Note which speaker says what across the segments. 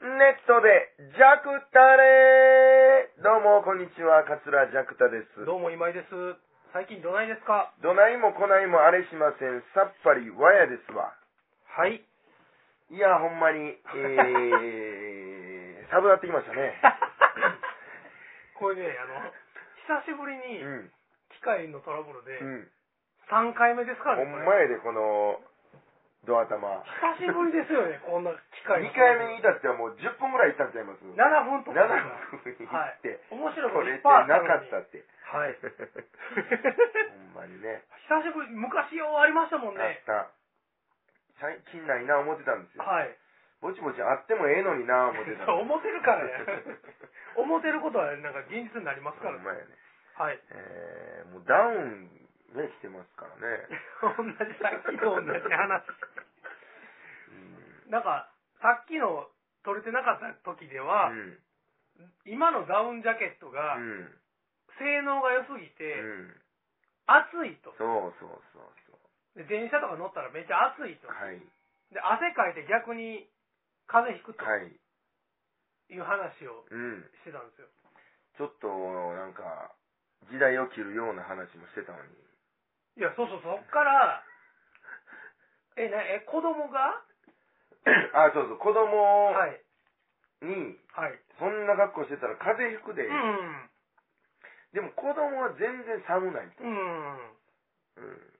Speaker 1: トで、ジャクタレーどうも、こんにちは、桂ジャクタです。
Speaker 2: どうも今井です。最近どないですか
Speaker 1: どないもこないもあれしません。さっぱりわやですわ。
Speaker 2: はい。
Speaker 1: いや、ほんまに、 えー、寒なってきましたね。
Speaker 2: これね、あの、久しぶり
Speaker 1: う
Speaker 2: に
Speaker 1: ん。
Speaker 2: 機械のトラブルで、
Speaker 1: うん。
Speaker 2: 3回目ですか
Speaker 1: ほ
Speaker 2: らね。
Speaker 1: ん
Speaker 2: これ
Speaker 1: まやで、この、ドア玉。
Speaker 2: 久しぶりですよね、こんな機械
Speaker 1: 2回目に至ってはもう10分ぐらいいったんちゃいます
Speaker 2: 7分と
Speaker 1: 7
Speaker 2: か。
Speaker 1: 分に行って、
Speaker 2: 面白いこ
Speaker 1: 取
Speaker 2: とい
Speaker 1: れ
Speaker 2: ってぱいあった
Speaker 1: な
Speaker 2: のに
Speaker 1: かったって。
Speaker 2: はい。
Speaker 1: ほんまにね。
Speaker 2: 久しぶり、昔ようありました
Speaker 1: あ
Speaker 2: もん
Speaker 1: っ
Speaker 2: ね。
Speaker 1: た。最近ないな思ってたんですよ。
Speaker 2: はい。
Speaker 1: ぼちぼちあってもええのにな思ってたんですよ。
Speaker 2: 思ってるか らね。思ってることはなんか現実になります
Speaker 1: ほ
Speaker 2: から
Speaker 1: ん
Speaker 2: ね。
Speaker 1: まやね。
Speaker 2: はい。
Speaker 1: えー、もうダウンね、来てますからね。
Speaker 2: 同じ、さっきと同じ話。
Speaker 1: うん
Speaker 2: なんか、さっきの取れてなかった時では、
Speaker 1: うん。
Speaker 2: 今のダウンジャケットが
Speaker 1: うん。
Speaker 2: 性能が良すぎて
Speaker 1: うん。
Speaker 2: 暑いと
Speaker 1: そうそうそうそ
Speaker 2: で電車とか乗ったらめっちゃ暑いと
Speaker 1: う。はい。
Speaker 2: で汗かいて逆に風邪ひくと
Speaker 1: はい。
Speaker 2: いう話を
Speaker 1: うん。
Speaker 2: してたんですよ
Speaker 1: ちょっと、なんか、時代を切るような話もしてた のに。
Speaker 2: いやそうそうそっからえなえ子供が
Speaker 1: あ、そうそう、子供
Speaker 2: はい
Speaker 1: に、
Speaker 2: はい
Speaker 1: そんな格好してたら風邪ひくで、
Speaker 2: う
Speaker 1: でも子供は全然寒ないと。
Speaker 2: んうん
Speaker 1: うん。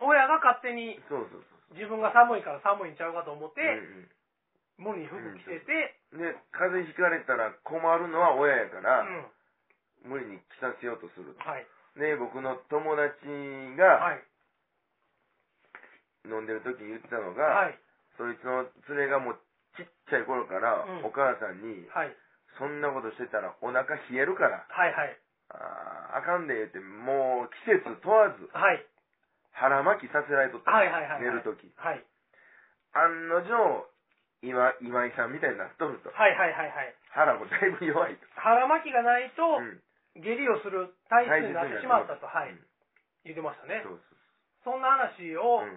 Speaker 2: 親が勝手に
Speaker 1: そうそうそうそう。
Speaker 2: 自分が寒いから寒いんちゃうかと思って、
Speaker 1: うん
Speaker 2: 無理に服着てて、
Speaker 1: うん、で、風邪ひかれたら困るのは親やか
Speaker 2: う
Speaker 1: ら、
Speaker 2: ん
Speaker 1: 無理に着させようとすると。
Speaker 2: はい
Speaker 1: ね、僕の友達が
Speaker 2: はい
Speaker 1: 飲んでる時に言ってたのが、
Speaker 2: はい
Speaker 1: そいつの連れがもうちっちゃい頃からお
Speaker 2: うん
Speaker 1: 母さんに、
Speaker 2: はい
Speaker 1: そんなことしてたらお腹冷えるから、
Speaker 2: はいはい
Speaker 1: あーあかんで言って、もう季節問わず
Speaker 2: はい
Speaker 1: 腹巻きさせられとった。
Speaker 2: はいはいはいはい
Speaker 1: 寝る時
Speaker 2: はい
Speaker 1: 案の定、今、今井さんみたいになっとると。
Speaker 2: はいはいはいはい。
Speaker 1: 腹もだいぶ弱いと。
Speaker 2: 腹巻きがないと、
Speaker 1: うん
Speaker 2: 下痢をする体質になってしまったと、は
Speaker 1: うん、
Speaker 2: い言ってましたね
Speaker 1: そ。う
Speaker 2: そんな話
Speaker 1: そう。う
Speaker 2: を
Speaker 1: ん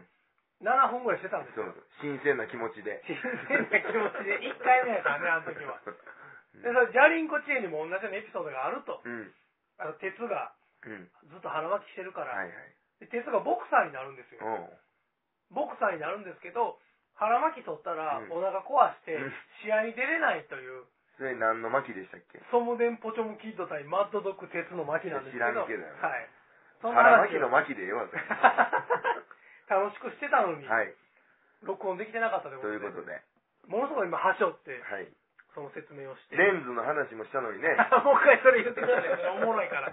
Speaker 2: 7分ぐらいしてたんです
Speaker 1: そ
Speaker 2: よ。
Speaker 1: うそう。新鮮な気持ちで。
Speaker 2: 新鮮な気持ちで、1回目やからね、あの時は。で、それ、ジャリンコ知恵にも同じようなエピソードがあると。
Speaker 1: うん。
Speaker 2: あの、鉄が
Speaker 1: うん。
Speaker 2: ずっと腹巻きしてるか
Speaker 1: はい
Speaker 2: ら、
Speaker 1: はい。
Speaker 2: で鉄がボクサーになるんですよ。
Speaker 1: おう。
Speaker 2: ボクサーになるんですけど、腹巻き取ったら
Speaker 1: うん
Speaker 2: お腹壊して
Speaker 1: うん
Speaker 2: 試合に出れないという、
Speaker 1: それ何の巻きでしたっけ
Speaker 2: ソムデンポチョムキッド対マッドドッグ鉄の巻なんですけど。
Speaker 1: 知らんけどよ
Speaker 2: はい。そんな
Speaker 1: 腹
Speaker 2: 話
Speaker 1: 巻きの巻きでええわ、それ
Speaker 2: 楽しくしてたのに、
Speaker 1: はい。
Speaker 2: 録音できてなかったという
Speaker 1: というこ
Speaker 2: こととで。
Speaker 1: で。
Speaker 2: ものすごい今、はしょって、
Speaker 1: はい。
Speaker 2: その説明をして。
Speaker 1: レンズの話もしたのにね。
Speaker 2: もう一回それ言ってください。それおもろ いから。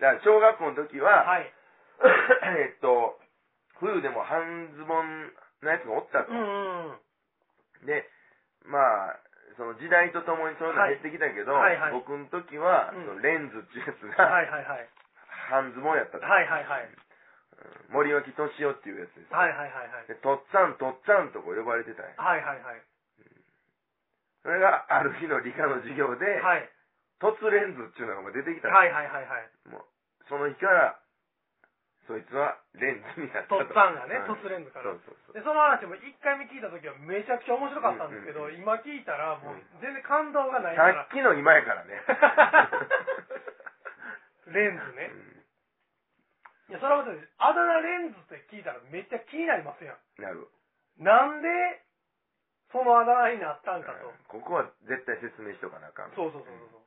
Speaker 1: じゃあ、小学校の時は、
Speaker 2: はい。
Speaker 1: えっと、冬でも半ズボンのやつがおったと
Speaker 2: う。んうん。
Speaker 1: で、まあ、その時代とともにそういうの減ってきたけど、
Speaker 2: はいはいはい
Speaker 1: 僕の時は、
Speaker 2: うん
Speaker 1: そのレンズっていうやつ
Speaker 2: は
Speaker 1: が、
Speaker 2: いはいはい。
Speaker 1: 半ズボンやったと、
Speaker 2: はいはいはい。
Speaker 1: うん森脇敏夫っていうやつです。
Speaker 2: はいはいはいはい。
Speaker 1: で、とっつぁん、とっつぁんとこう呼ばれてたんや。
Speaker 2: はいはいはい。
Speaker 1: それが、ある日の理科の授業で、
Speaker 2: はい。
Speaker 1: 凸レンズっていうのがもう出てきたんや
Speaker 2: はいはいはいはい。
Speaker 1: もう、その日から、そいつはレンズになった
Speaker 2: とっつぁんがね
Speaker 1: う
Speaker 2: 凸レンズか
Speaker 1: そ
Speaker 2: ら
Speaker 1: うそうそう。
Speaker 2: で、その話も一回目聞いた時はめちゃくちゃ面白かったんですけど、
Speaker 1: うんうん
Speaker 2: 今聞いたらもう全然感動がないか
Speaker 1: さ
Speaker 2: ら
Speaker 1: っ。きの今やからね。
Speaker 2: レンズね。いや、それは私、あだ名レンズって聞いたらめっちゃ気になりますやん。
Speaker 1: うんなる。
Speaker 2: なんで、そのあだ名になったんかと。
Speaker 1: ここは絶対説明しとかなあかん。
Speaker 2: そうそうそうそう。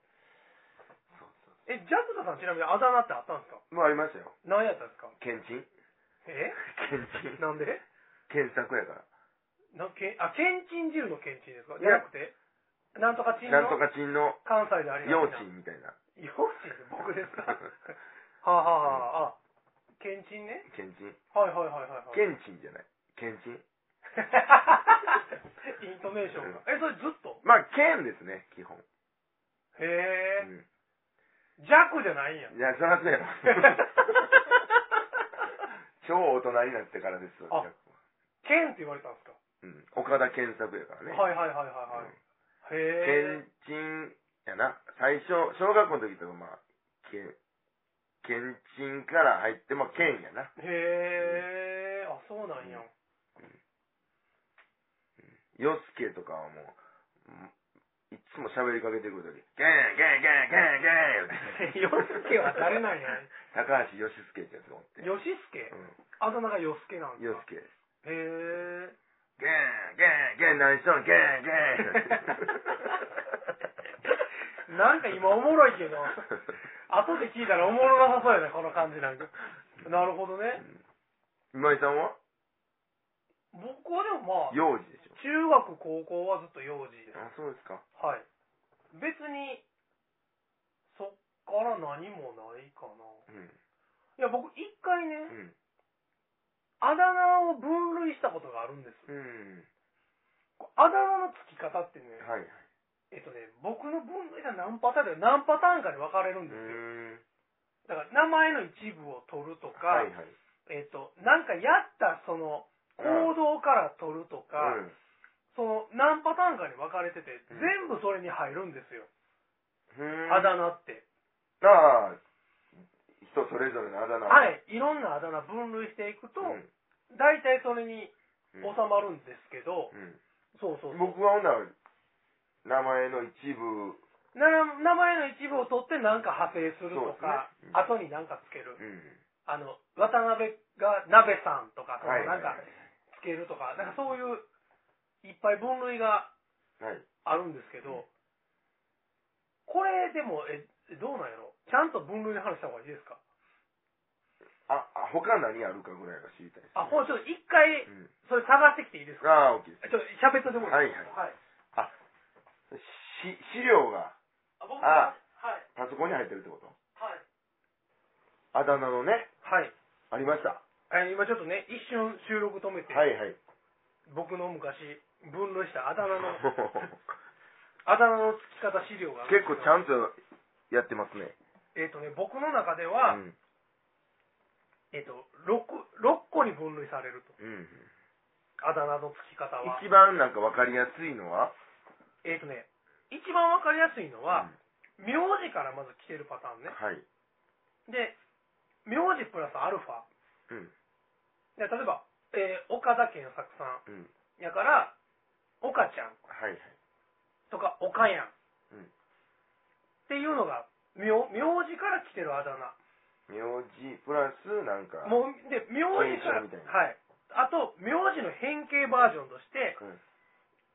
Speaker 2: え、ジャクタさんちなみにあだ名ってあったんですか
Speaker 1: もうありましたよ。
Speaker 2: 何やったんですか
Speaker 1: けんちん。
Speaker 2: え
Speaker 1: けん ちん。
Speaker 2: なんで
Speaker 1: 検索やから。
Speaker 2: なけあ、けんちん汁のけんちんですか
Speaker 1: い
Speaker 2: じゃ
Speaker 1: や
Speaker 2: なくて、なんとかちん
Speaker 1: なん
Speaker 2: の
Speaker 1: とかちんの
Speaker 2: 関西であり
Speaker 1: 幼
Speaker 2: がち
Speaker 1: 稚
Speaker 2: な。
Speaker 1: みたいな。
Speaker 2: 幼稚園僕です かはあはあはあ、あ、けんちんね。
Speaker 1: けんちん。
Speaker 2: はいはいはいはい、はい。
Speaker 1: けんちんじゃない。けんちん。
Speaker 2: イントネーションが。え、それずっと
Speaker 1: まあ、けんですね、基本。
Speaker 2: へえ。
Speaker 1: うん
Speaker 2: 弱じ ゃないんや。
Speaker 1: いや、そらそう やろ。
Speaker 2: ケ
Speaker 1: 超大人になってからですよ。
Speaker 2: あンって言われたんですか、
Speaker 1: うん。岡田健作やからね。
Speaker 2: はいはいはいはいは
Speaker 1: うん
Speaker 2: い。へえ。
Speaker 1: けんちんやな。最初、小学校の時とか、まあ、けん、けんちんから入って、まあ、けんやな。
Speaker 2: へえ。あ、そうなんや。
Speaker 1: よすけとかはもう、いつも喋りかけてくるとき、ゲン、ゲン、ゲン、ゲン、ゲン
Speaker 2: よすけは誰なんや
Speaker 1: 高橋よしすけってやつがおって。
Speaker 2: よしすけあだ名がよすけな
Speaker 1: う
Speaker 2: ん
Speaker 1: ん。よ
Speaker 2: だ
Speaker 1: すけ。
Speaker 2: へえ
Speaker 1: ゲン、ゲン、ゲン、何しとん、ゲン、ゲ ン。
Speaker 2: なんか今おもろいけど後で聞いたらおもろなさそうやねこの感じなんかなるほどね
Speaker 1: 今井さんは
Speaker 2: 僕はでもまあ
Speaker 1: 幼児でしょ。
Speaker 2: 中学高校はずっと幼児です
Speaker 1: あ、そうですか。
Speaker 2: はい別にそっから何もないかな
Speaker 1: うん。
Speaker 2: いや僕一回
Speaker 1: う
Speaker 2: ね
Speaker 1: ん。
Speaker 2: あだ名を分類したことがあるんです
Speaker 1: うん。
Speaker 2: あだ名の付き方ってね、
Speaker 1: はいはい。
Speaker 2: えっとね、僕の分類が何パターンだよ何パターンかに分かれるん
Speaker 1: う
Speaker 2: ですよ。
Speaker 1: ん。
Speaker 2: だから名前の一部を取ると
Speaker 1: は
Speaker 2: か、
Speaker 1: いはい。
Speaker 2: えっと、なんかやったその行動から取るとか、
Speaker 1: うん。
Speaker 2: その何パターンかに分かれてて、
Speaker 1: うん
Speaker 2: 全部それに入るんですよ。
Speaker 1: うん
Speaker 2: あだ名って。
Speaker 1: ああ、人それぞれのあだ名。。
Speaker 2: はいい。いろんなあだ名分類していくと、
Speaker 1: うん
Speaker 2: 大体それに
Speaker 1: うん
Speaker 2: 収まるんですけど、
Speaker 1: うん
Speaker 2: そうそうそう。
Speaker 1: 僕はほんなら、名前の一部、
Speaker 2: な名前の一部を取って何か派生するとか、
Speaker 1: そうですねうん
Speaker 2: 後に何かつけ
Speaker 1: う
Speaker 2: る。
Speaker 1: ん。
Speaker 2: あの、渡辺が鍋さんとか、そのなんか
Speaker 1: はい、
Speaker 2: つけるとか、なんかそういう、いっぱい分類が
Speaker 1: はい。
Speaker 2: あるんですけど、これでも、え、どうなんやろちゃんと分類の話した方がいいですか
Speaker 1: あ、あ他何あるかぐらいが知りたいです、
Speaker 2: あ、ほんちょっと一回、
Speaker 1: うん。
Speaker 2: それ探してきていいですか
Speaker 1: ああ、OK で
Speaker 2: ちょっと喋っといてもらっていいですかは
Speaker 1: す。
Speaker 2: い。
Speaker 1: し、資料が
Speaker 2: あ、僕
Speaker 1: あ
Speaker 2: は、は
Speaker 1: パ
Speaker 2: い、
Speaker 1: ソコンに入ってるってこと
Speaker 2: はい。
Speaker 1: あだ名のね、
Speaker 2: はい。
Speaker 1: ありました。
Speaker 2: え今ちょっとね、一瞬収録止めて、
Speaker 1: はいはい。
Speaker 2: 僕の昔、分類したあだ名の、 あだ名の付き方資料があ る
Speaker 1: 結
Speaker 2: んですけど
Speaker 1: 構ちゃんとやってますね。
Speaker 2: えっ、とね、僕の中では、
Speaker 1: うん。
Speaker 2: えっ、と6、六個に分類されると。
Speaker 1: うん。
Speaker 2: あだ名の付き方は。
Speaker 1: 一番なんかわかりやすいのは
Speaker 2: えっ、とね、一番わかりやすいのは、
Speaker 1: う
Speaker 2: 名字からまず来てるパターン
Speaker 1: ん
Speaker 2: ね。
Speaker 1: はい。
Speaker 2: で、名字プラスアルファ。
Speaker 1: うん。
Speaker 2: で例えば、えー岡田健作さん
Speaker 1: うん。
Speaker 2: やから、岡ちゃん
Speaker 1: はいはい。
Speaker 2: とか岡やん。
Speaker 1: うん
Speaker 2: っていうのが、名名字から来てるあだ名。
Speaker 1: 名字プラスなんか、
Speaker 2: もう、で、名字か
Speaker 1: 名称
Speaker 2: ら、
Speaker 1: みたいな
Speaker 2: はい。あと、名字の変形バージョンとして、
Speaker 1: うん、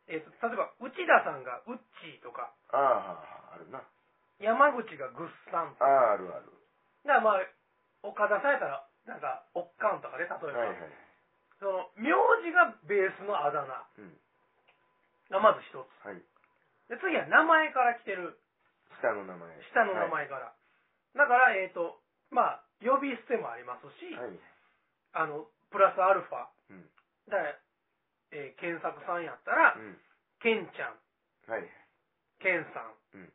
Speaker 2: えーと例えば内田さんがウッチーとか
Speaker 1: ああ、あるな。
Speaker 2: 山口がグッサン
Speaker 1: ああ、あるある。
Speaker 2: だからまあ岡田さんやったらなんかおっかんとかね例えば、
Speaker 1: はいはい。
Speaker 2: その名字がベースのあだ
Speaker 1: うん。
Speaker 2: 名がまず一つ
Speaker 1: はい。
Speaker 2: で次は名前から来てる
Speaker 1: 下の名前。
Speaker 2: 下の名前から、だからえっ、とまあ呼び捨てもありますし、
Speaker 1: はい。はい。
Speaker 2: あのプラスアルファ
Speaker 1: うん。
Speaker 2: だから、えー、検索さんやったら、
Speaker 1: うん。
Speaker 2: ケンちゃん
Speaker 1: はい。
Speaker 2: ケンさん
Speaker 1: うん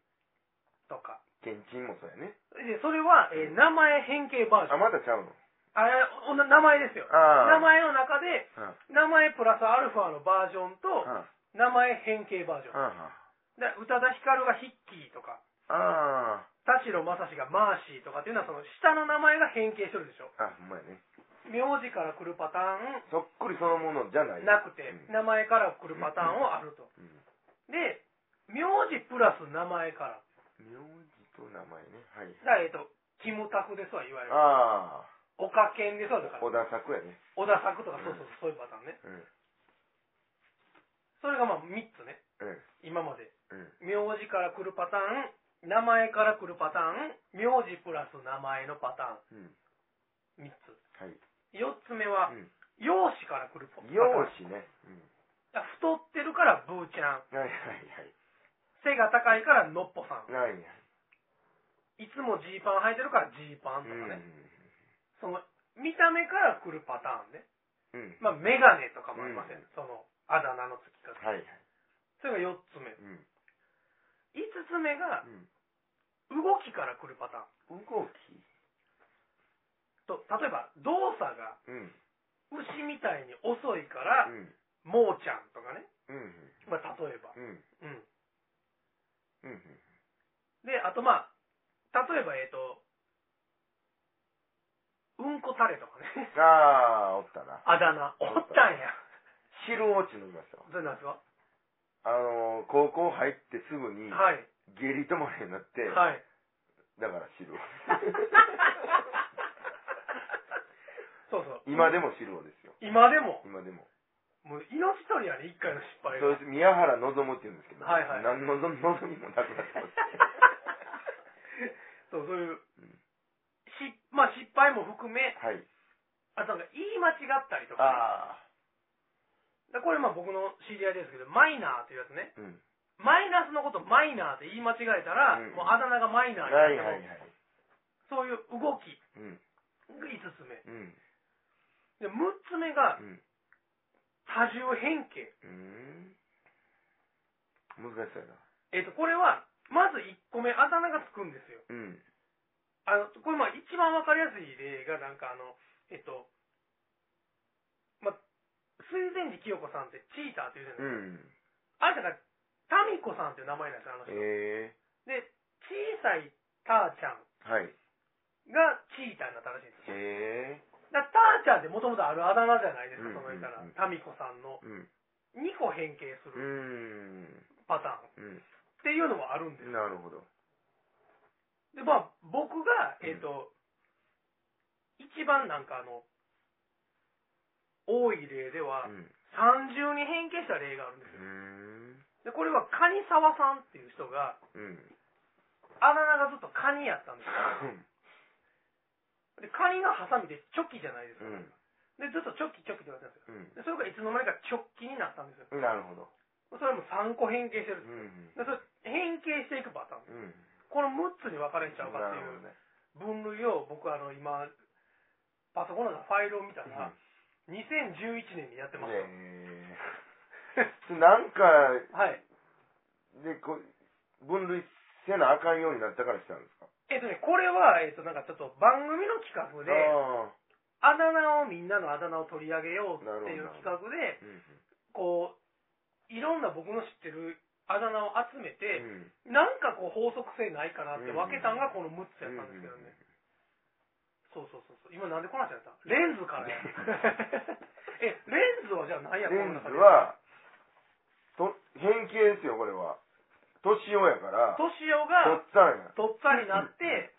Speaker 2: とか
Speaker 1: けんちんもそうやね。
Speaker 2: でそれは、えー名前変形バージョ
Speaker 1: あ、
Speaker 2: ン
Speaker 1: まだちゃうの
Speaker 2: あれ、おな名前ですよ。
Speaker 1: あ
Speaker 2: 名前の中で、
Speaker 1: あ
Speaker 2: 名前プラスアルファのバージョンと、
Speaker 1: あ
Speaker 2: 名前変形バージョン。
Speaker 1: あ
Speaker 2: で宇多田ヒカルがヒッキーとか、
Speaker 1: ああ
Speaker 2: 田代正史がマーシーとかっていうのは、その下の名前が変形してるでしょ。
Speaker 1: あほんまやね
Speaker 2: 名字から来るパター
Speaker 1: そっくりそのものじゃない
Speaker 2: ンなくて
Speaker 1: う、ん
Speaker 2: 名前から来るパターンをあると。
Speaker 1: うん
Speaker 2: で、名字プラス名前から。
Speaker 1: 名字と名前ねはい
Speaker 2: だから、えっと、キムタクですわ、いわゆる。
Speaker 1: あ
Speaker 2: 岡健ですわ、だか
Speaker 1: あ小田
Speaker 2: ら。
Speaker 1: 作やね
Speaker 2: 小田作とか、そうそうそう、そういうパターンね。
Speaker 1: うん
Speaker 2: それがまあ3つね、
Speaker 1: うん
Speaker 2: 今まで。
Speaker 1: うん
Speaker 2: 名字から来るパターン、名前から来るパターン、名字プラス名前のパタ
Speaker 1: うん
Speaker 2: ーン、3つ。
Speaker 1: はい
Speaker 2: 4つ目は、容姿から来るパターン。
Speaker 1: 容姿ねうん
Speaker 2: だ太ってるからブーちゃん。
Speaker 1: はいはいはい
Speaker 2: 背が高いからのっぽさん。
Speaker 1: はいはい
Speaker 2: いつもジーパン履いてるからジーパン
Speaker 1: う
Speaker 2: と
Speaker 1: ん
Speaker 2: かね。その、見た目から来るパターンね。
Speaker 1: うん
Speaker 2: まあ、メガネとかもありませ
Speaker 1: う
Speaker 2: ん。
Speaker 1: ん
Speaker 2: その、あだ名の付き方。
Speaker 1: はいはい
Speaker 2: それが4つ目。
Speaker 1: うん
Speaker 2: 5つ目が、動きから来るパター
Speaker 1: うん
Speaker 2: ン。
Speaker 1: 動き
Speaker 2: と、例えば、動作が
Speaker 1: うん
Speaker 2: 牛みたいに遅いか
Speaker 1: う
Speaker 2: ら、
Speaker 1: ん
Speaker 2: もうちゃんとかね。
Speaker 1: うん
Speaker 2: まあ、例えば。
Speaker 1: うん
Speaker 2: うん。
Speaker 1: うん
Speaker 2: で、あとまあ、例えば、えっ、と、うんこタレとかね。
Speaker 1: ああおったな
Speaker 2: あだ名。おったんや。
Speaker 1: 汁落ちのいましたわ
Speaker 2: そうなんですか
Speaker 1: あのー高校入ってすぐに、
Speaker 2: はい。
Speaker 1: 下痢止まれになって、
Speaker 2: はい。
Speaker 1: だから 汁を。
Speaker 2: そうそう。
Speaker 1: 今でも汁をですよ。
Speaker 2: 今でも、
Speaker 1: 今でも。
Speaker 2: もう命取りやね、一回の失敗
Speaker 1: そ
Speaker 2: が
Speaker 1: う。です宮原望むって言うんですけど、
Speaker 2: はいはい
Speaker 1: 何の望みもな くなってます。
Speaker 2: そう、そういう
Speaker 1: うん、
Speaker 2: しまあ失敗も含め、
Speaker 1: はい。
Speaker 2: あとなんか言い間違ったりとか、
Speaker 1: ああ。
Speaker 2: でこれまあ僕の知り合いですけど、マイナーっていうやつね、
Speaker 1: うん。
Speaker 2: マイナスのことマイナーって言い間違えたら、
Speaker 1: うん
Speaker 2: もうあだ名がマイナー
Speaker 1: は
Speaker 2: に
Speaker 1: い
Speaker 2: な
Speaker 1: は
Speaker 2: っ
Speaker 1: い
Speaker 2: ても
Speaker 1: はい。
Speaker 2: そういう動き
Speaker 1: うん。
Speaker 2: が5つ目。
Speaker 1: うん。
Speaker 2: で、6つ目が
Speaker 1: うん。
Speaker 2: 多重変形。
Speaker 1: うん。難しそうやな。
Speaker 2: えっ、と、これは、まず1個目、あだ名がつくんですよ。
Speaker 1: うん。
Speaker 2: あの、これまあ一番わかりやすい例が、なんかあの、えっと、まあ、水前寺清子さんってチーターって言うじゃないですか。
Speaker 1: うん。
Speaker 2: あれだから、タミコさんっていう名前なんですよ、あの人。
Speaker 1: え
Speaker 2: で、小さいターちゃん
Speaker 1: えー。はい。
Speaker 2: がチーターになったらしいんですよ。
Speaker 1: ええ
Speaker 2: だからターちゃんってもともとあるあだ名じゃないですか、
Speaker 1: うん
Speaker 2: その言ったら
Speaker 1: うんうん。
Speaker 2: タミコさんの
Speaker 1: ー。うん。
Speaker 2: 2個変形す
Speaker 1: う
Speaker 2: る
Speaker 1: ん。
Speaker 2: パターンっ
Speaker 1: うん。
Speaker 2: ていうのもあるんですよ。
Speaker 1: なるほど。
Speaker 2: で、まあ、僕が、えっ、と、一番なんかあの、多い例では
Speaker 1: う、ん。
Speaker 2: 三重に変形した例があるんです
Speaker 1: うん。
Speaker 2: よ。で、これはカニサワさんっていう人が、
Speaker 1: うん。
Speaker 2: あだ名がずっとカニやったんですよ。で、カニがハサミでチョキじゃないです
Speaker 1: う
Speaker 2: か。
Speaker 1: ん。
Speaker 2: で、ずっとチョキチョキって言われてたんですよ。
Speaker 1: うん。
Speaker 2: で、それがいつの間にかチョッキになったんですよ。
Speaker 1: なるほど。
Speaker 2: それはもう3個変形して
Speaker 1: う
Speaker 2: る。
Speaker 1: ん。
Speaker 2: で、それ変形していくパター
Speaker 1: う
Speaker 2: ン。
Speaker 1: ん。
Speaker 2: この6つに分かれちゃうかっ
Speaker 1: な
Speaker 2: てい
Speaker 1: るほどね。
Speaker 2: う分類を僕あの今、パソコンのファイルを見たら、2011年にやってました。
Speaker 1: ええなんか、
Speaker 2: はい。
Speaker 1: で、こう、分類せなあかんようになったからしたんですか
Speaker 2: えっとね、これは、えっと、なんかちょっと番組の企画で、
Speaker 1: ああ。
Speaker 2: あだ名をみんなのあだ名を取り上げようっていう企画で、
Speaker 1: うん。
Speaker 2: こう、いろんな僕の知ってるあだ名を集め
Speaker 1: う
Speaker 2: て、
Speaker 1: ん
Speaker 2: なんかこう法則性ないかなって分けたんがこの6つや ったんですけどね。そうそうそうそう。今なんでこの話やったレンズから や。え、レンズはじゃあ何
Speaker 1: レ
Speaker 2: や
Speaker 1: ンズ
Speaker 2: この中で
Speaker 1: は、と、変形ですよ、これは。年をやから、とっ
Speaker 2: 年男が
Speaker 1: つぁんや。
Speaker 2: とっさになって、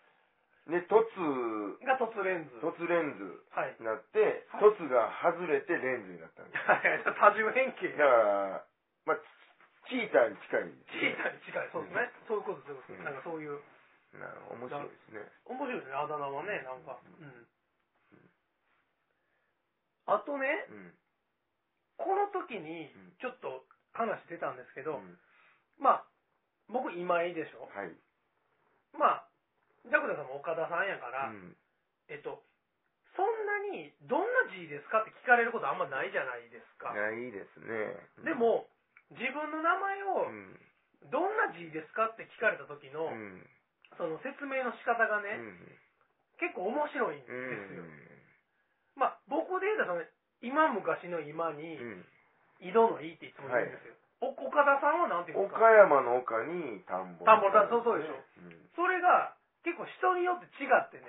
Speaker 1: ね、とつ、
Speaker 2: がとつレンズ。
Speaker 1: とつレンズ
Speaker 2: はい。
Speaker 1: になって、
Speaker 2: はい
Speaker 1: とつが外れてレンズになったんです。
Speaker 2: 多重変形。
Speaker 1: だから、まあ、チーターに近いんです
Speaker 2: チーターに近い。そうですね。そういうこと、そういうこと。
Speaker 1: うん
Speaker 2: なんかそういう、
Speaker 1: ね。なるほど、面白いですね。
Speaker 2: 面白いですね、あだ名はね、なんか。うん。あとね、
Speaker 1: うん。
Speaker 2: この時に
Speaker 1: ん、
Speaker 2: ちょっと話出たんですけ
Speaker 1: う
Speaker 2: ど、
Speaker 1: ん
Speaker 2: まあ、僕今井でしょ。
Speaker 1: はい。
Speaker 2: まあ、ジャクダさんも岡田さんやから、
Speaker 1: うん
Speaker 2: えっと、そんなに、どんな字ですかって聞かれることあんまないじゃないですか。
Speaker 1: いや、いいですね。うん
Speaker 2: で、も、自分の名
Speaker 1: う
Speaker 2: 前を、
Speaker 1: ん。
Speaker 2: どんな字ですかって聞かれた時の、
Speaker 1: うん。
Speaker 2: その説明の仕方がね、結構面白いんで
Speaker 1: う
Speaker 2: すよ。
Speaker 1: ん。
Speaker 2: まあ、僕で言うとその、今昔の今に
Speaker 1: う、ん。
Speaker 2: 井戸の井っていつも言うんですよ。お岡田さんはなんて言うんです
Speaker 1: 岡
Speaker 2: か
Speaker 1: 山の岡に田んぼ。
Speaker 2: 田んぼだそうそうでしょ
Speaker 1: うん。
Speaker 2: それが、結構人によって違ってね、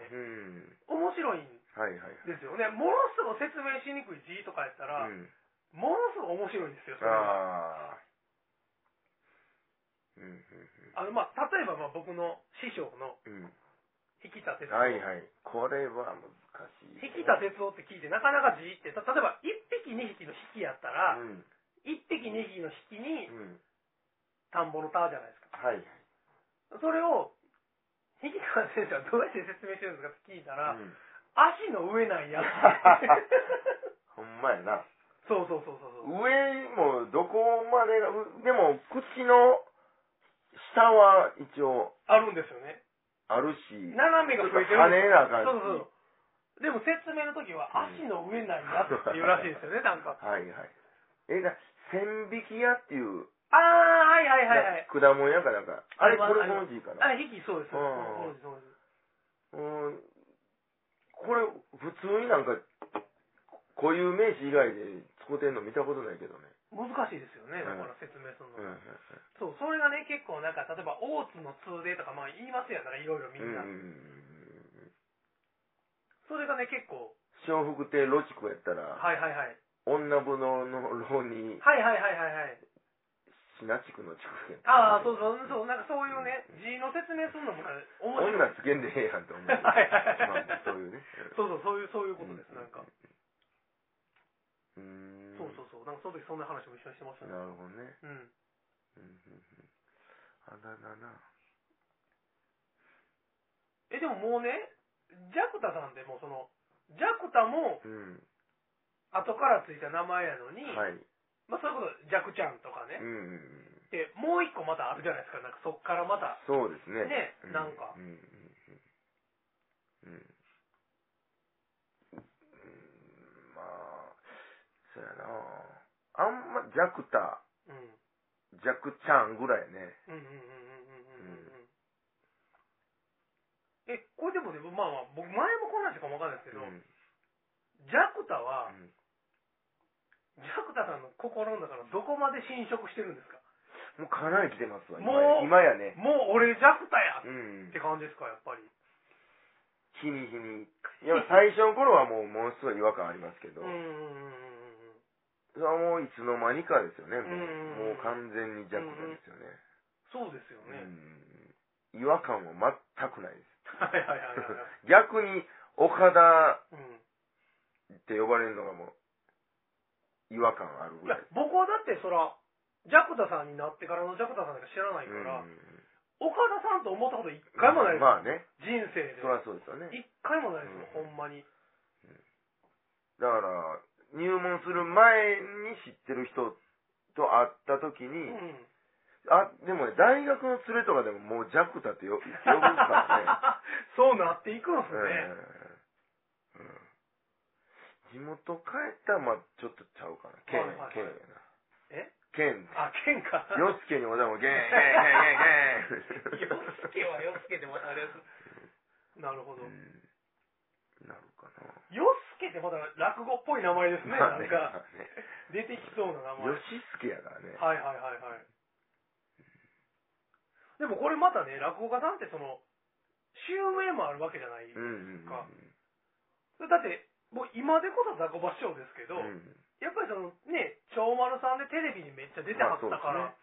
Speaker 1: うん。
Speaker 2: 面白いん
Speaker 1: はいはいはい。
Speaker 2: ですよね。ものすごい説明しにくい字とかやったら、
Speaker 1: うん。
Speaker 2: ものすごい面白いんですよ、それが。
Speaker 1: ああ。うんうん
Speaker 2: あの、まあ、例えば、まあ、僕の師匠の、
Speaker 1: うん。うん。
Speaker 2: 引田哲夫。
Speaker 1: はいはい。これは難しい。
Speaker 2: 引田哲夫って聞いて、なかなか字って、た例えば、1匹2匹の引きやったら、
Speaker 1: うん。
Speaker 2: 1匹2匹の引きに、
Speaker 1: うん。
Speaker 2: 田んぼの田じゃないですか。
Speaker 1: はいはい。
Speaker 2: それを、引川先生はどうやって説明してるんですかって聞いたら、
Speaker 1: うん
Speaker 2: 足の上なんやって。
Speaker 1: ほんまやな。
Speaker 2: そうそうそうそうそう。
Speaker 1: 上もどこまでが、うでも口の下は一応
Speaker 2: あるんですよね。
Speaker 1: あるし、
Speaker 2: 斜めが増えてる。
Speaker 1: 跳ねなあかんし
Speaker 2: そうそうそう。でも説明の時は足の上なんやっていうらしいですよね、なんか。
Speaker 1: はいはい。え、な、千匹屋っていう、
Speaker 2: あー、はいはいはいはい。
Speaker 1: 果物屋かなんか、あれ、
Speaker 2: あ
Speaker 1: こ
Speaker 2: ります
Speaker 1: れこの字かな。
Speaker 2: あ、引きそうです。
Speaker 1: うん
Speaker 2: そうですそうです
Speaker 1: うん、これ、普通になんか、こういう名詞以外で使うてんの見たことないけどね。
Speaker 2: 難しいですよね、だから説明する
Speaker 1: う
Speaker 2: の。
Speaker 1: ん。
Speaker 2: そう、それがね、結構なんか、例えば、大津の通でとか、まあ言いますやから、いろいろみ
Speaker 1: うんん
Speaker 2: な。それがね、結構、
Speaker 1: 笑福亭ロチコやったら、
Speaker 2: はいはいはい。
Speaker 1: 女風呂の牢に
Speaker 2: はいはいはいはいはい。
Speaker 1: しな地区の地区
Speaker 2: ああ、そうそう、そう、なんかそういうね、字の説明するのもなんか
Speaker 1: 女つけん
Speaker 2: 面白い。
Speaker 1: でええやんと思う。
Speaker 2: はいはいはい
Speaker 1: まあそういうね。
Speaker 2: そうそう、そういう、そういうことです、なんか。
Speaker 1: うーん。
Speaker 2: そうそうそう、なんかその時そんな話も一緒にしてましたね。
Speaker 1: なるほどね。
Speaker 2: う
Speaker 1: う
Speaker 2: ん。
Speaker 1: んうんうんあだ名な。
Speaker 2: え、でももうね、ジャクタさんでもうその、ジャクタも
Speaker 1: うん。
Speaker 2: 後からついた名前やのに、
Speaker 1: はい。
Speaker 2: まあそれこそジャクちゃんとか
Speaker 1: う
Speaker 2: ね、
Speaker 1: んうんうん。
Speaker 2: で、もう一個またあるじゃないですか、なんかそっからまた。
Speaker 1: そうですね。
Speaker 2: ね
Speaker 1: う
Speaker 2: なんか
Speaker 1: うんうんうん。うん。うんまあ、そうやな。あんま、ジャクタ、
Speaker 2: うん。
Speaker 1: ジャクちゃんぐらいね。
Speaker 2: うんうんうんうんうんうんうんうん。え、これでもね、まあまあ、僕前もこんなんしかもわかんないですけ
Speaker 1: う
Speaker 2: ど、
Speaker 1: ん。
Speaker 2: ジャクタは、
Speaker 1: うん
Speaker 2: ジャクタさんの心の中のどこまで侵食してるんですか
Speaker 1: もうかなり来てますわ。今
Speaker 2: もう
Speaker 1: 今やね。
Speaker 2: もう俺ジャクタやっ
Speaker 1: うん
Speaker 2: て。感じですか、やっぱり。
Speaker 1: 日に日に。いや、最初の頃はもう、ものすごい違和感ありますけど、
Speaker 2: うんうん
Speaker 1: それはもういつの間にかですよね。もう
Speaker 2: うん
Speaker 1: もう完全にジャクタですよね。
Speaker 2: そうですよね。
Speaker 1: うん違和感は全くないです。
Speaker 2: はいはいはいはいはい。
Speaker 1: 逆に、岡田
Speaker 2: うん
Speaker 1: って呼ばれるのがもう、違和感ある
Speaker 2: い
Speaker 1: ぐ
Speaker 2: や
Speaker 1: らい。う、
Speaker 2: 僕はだってそら、ジャクタさんになってからのジャクタさんしか知らないか
Speaker 1: ん
Speaker 2: ら、岡田さんと思ったこと一回もないです、
Speaker 1: まあね、
Speaker 2: 人生で
Speaker 1: そ。りゃそうですよね。
Speaker 2: 一回もないですよ、ほんまに。
Speaker 1: だから、入門する前に知ってる人と会った時
Speaker 2: う
Speaker 1: に、
Speaker 2: ん。
Speaker 1: あ、でもね、大学の連れとかでももうジャクタってよ呼ぶからね。
Speaker 2: そうなっていくんです
Speaker 1: う
Speaker 2: ね。
Speaker 1: んうん、地元帰ったら、まあちょっとちゃうかな。県、
Speaker 2: はいはいはい
Speaker 1: 県やな。
Speaker 2: え
Speaker 1: 県。
Speaker 2: あ、喧嘩。
Speaker 1: よっすけにおだもん、ゲーン、ゲーン、ゲーン、ゲーン。
Speaker 2: よすけはよすけでまたあれです。なるほど。
Speaker 1: う
Speaker 2: よ
Speaker 1: んなるかな。
Speaker 2: すけってまた落語っぽい名前ですね。
Speaker 1: ま
Speaker 2: な
Speaker 1: あ
Speaker 2: ん
Speaker 1: ね
Speaker 2: か、
Speaker 1: まあね
Speaker 2: 出てきそうな名前。
Speaker 1: よしすけやからね。
Speaker 2: はいはいはいはい。でもこれまたね、落語家さんってその、襲名もあるわけじゃない。
Speaker 1: うんうんうん。
Speaker 2: かそれだって、もう今でこそザコバ師匠ですけど、
Speaker 1: うん
Speaker 2: やっぱりそのね、長丸さんでテレビにめっちゃ出てはったから、
Speaker 1: まあ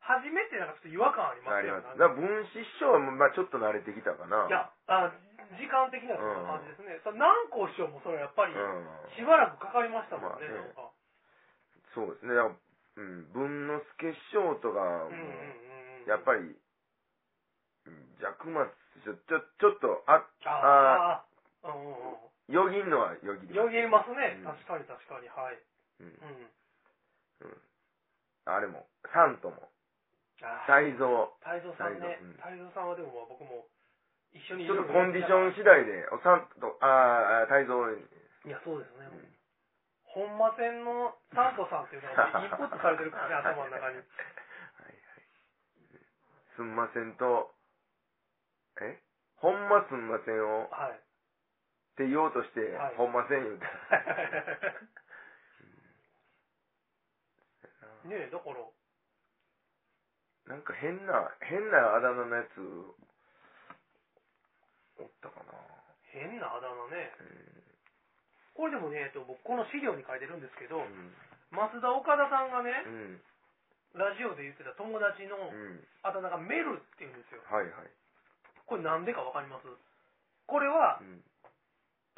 Speaker 2: 初めてなんかちょっと違和感ありま
Speaker 1: あ
Speaker 2: す
Speaker 1: り
Speaker 2: よ
Speaker 1: ます。だから
Speaker 2: なんか
Speaker 1: 分子師匠は、まあちょっと慣れてきたかな。
Speaker 2: いや、あ時間的にはそんな感じですね。さ南光師匠もそれはやっぱ
Speaker 1: う
Speaker 2: り、
Speaker 1: ん。
Speaker 2: しばらくかかりましたもんね、
Speaker 1: まあ
Speaker 2: なん
Speaker 1: ね
Speaker 2: か。
Speaker 1: そうですね。だからうん。文之助師匠とかも、
Speaker 2: うんうんうんうん。
Speaker 1: やっぱり、うん弱松師匠、ちょ、ちょっと、あ、
Speaker 2: ああ、うんうんうん。
Speaker 1: よぎんのはよぎり
Speaker 2: よぎりますね
Speaker 1: う。ん
Speaker 2: 確かに確かに。はい。
Speaker 1: うん
Speaker 2: う。ん。
Speaker 1: あれも、サントも、
Speaker 2: ああ、
Speaker 1: 泰造。
Speaker 2: 太蔵さん
Speaker 1: 太蔵
Speaker 2: ね
Speaker 1: うん。
Speaker 2: 太蔵さんはでもまあ僕も一緒
Speaker 1: ち
Speaker 2: に
Speaker 1: ょっとコンディション
Speaker 2: ン。
Speaker 1: 次第で、おサンと、あーあー、泰造に、
Speaker 2: いや、そうですね。本間線のサントさんっていうのがインプットされてるからね、頭の 中に。
Speaker 1: すんませんと、えほんますんませんを、っ
Speaker 2: はい。
Speaker 1: て言おうとして、
Speaker 2: はい
Speaker 1: ほんません言うた。
Speaker 2: ねえ、だから、
Speaker 1: なんか変な、変なあだ名のやつ、おったかな。
Speaker 2: 変なあだ名ね。これでもね、えっと僕この資料に書いてるんですけど
Speaker 1: う、ん。
Speaker 2: 増田岡田さんが
Speaker 1: う
Speaker 2: ね、
Speaker 1: ん。
Speaker 2: ラジオで言ってた友達の
Speaker 1: うん。
Speaker 2: あだ名がメルっていうんですよ。
Speaker 1: はいはい。
Speaker 2: これなんでかわかりますこれは
Speaker 1: う、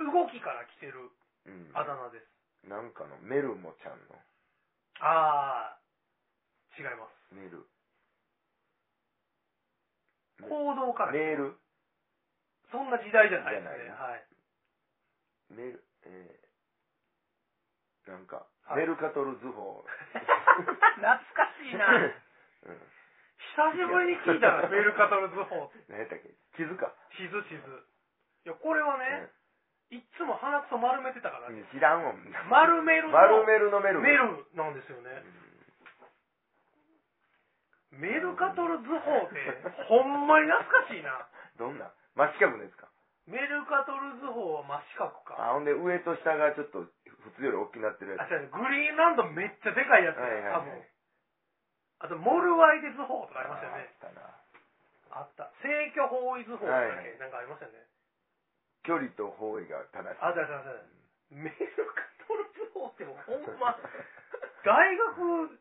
Speaker 1: ん。
Speaker 2: 動きから来てる
Speaker 1: うん。
Speaker 2: あだ名です。
Speaker 1: なんかの、メルモちゃんの、
Speaker 2: あー、違います。
Speaker 1: メル。ね
Speaker 2: 行動から。
Speaker 1: メール
Speaker 2: そんな時代じゃないです
Speaker 1: じゃ
Speaker 2: ね。はい。
Speaker 1: メル、えー、なんか、
Speaker 2: はい
Speaker 1: メルカトル図法。
Speaker 2: 懐かしいな。
Speaker 1: うん。
Speaker 2: 久しぶりに聞いた ら、メルカトル図法。
Speaker 1: 何やったっけ地図か。
Speaker 2: 地図地図。いや、これはね、いっつも鼻くそ丸めてたから
Speaker 1: う
Speaker 2: ね。
Speaker 1: ん知らんわ。
Speaker 2: 丸めるの
Speaker 1: 丸メルのメル。
Speaker 2: メルなんですよね。メルカトル図法って、ほんまに懐かしいな。
Speaker 1: どんな真四角ですか
Speaker 2: メルカトル図法は真四角か。
Speaker 1: あ、ほんで上と下がちょっと普通より大きくなってるや
Speaker 2: あ、
Speaker 1: つ。
Speaker 2: 違う、グリーンランドめっちゃでかいやつ、
Speaker 1: はいはいはい
Speaker 2: 多分。あと、モルワイデ図法とかありましたよね。
Speaker 1: あったな。
Speaker 2: あった。制御方位図法とか
Speaker 1: はいはい
Speaker 2: なんかありましたよね。
Speaker 1: 距離と方位が正しい。
Speaker 2: あ、だだだ。メルカトル図法ってもうほんま、大学の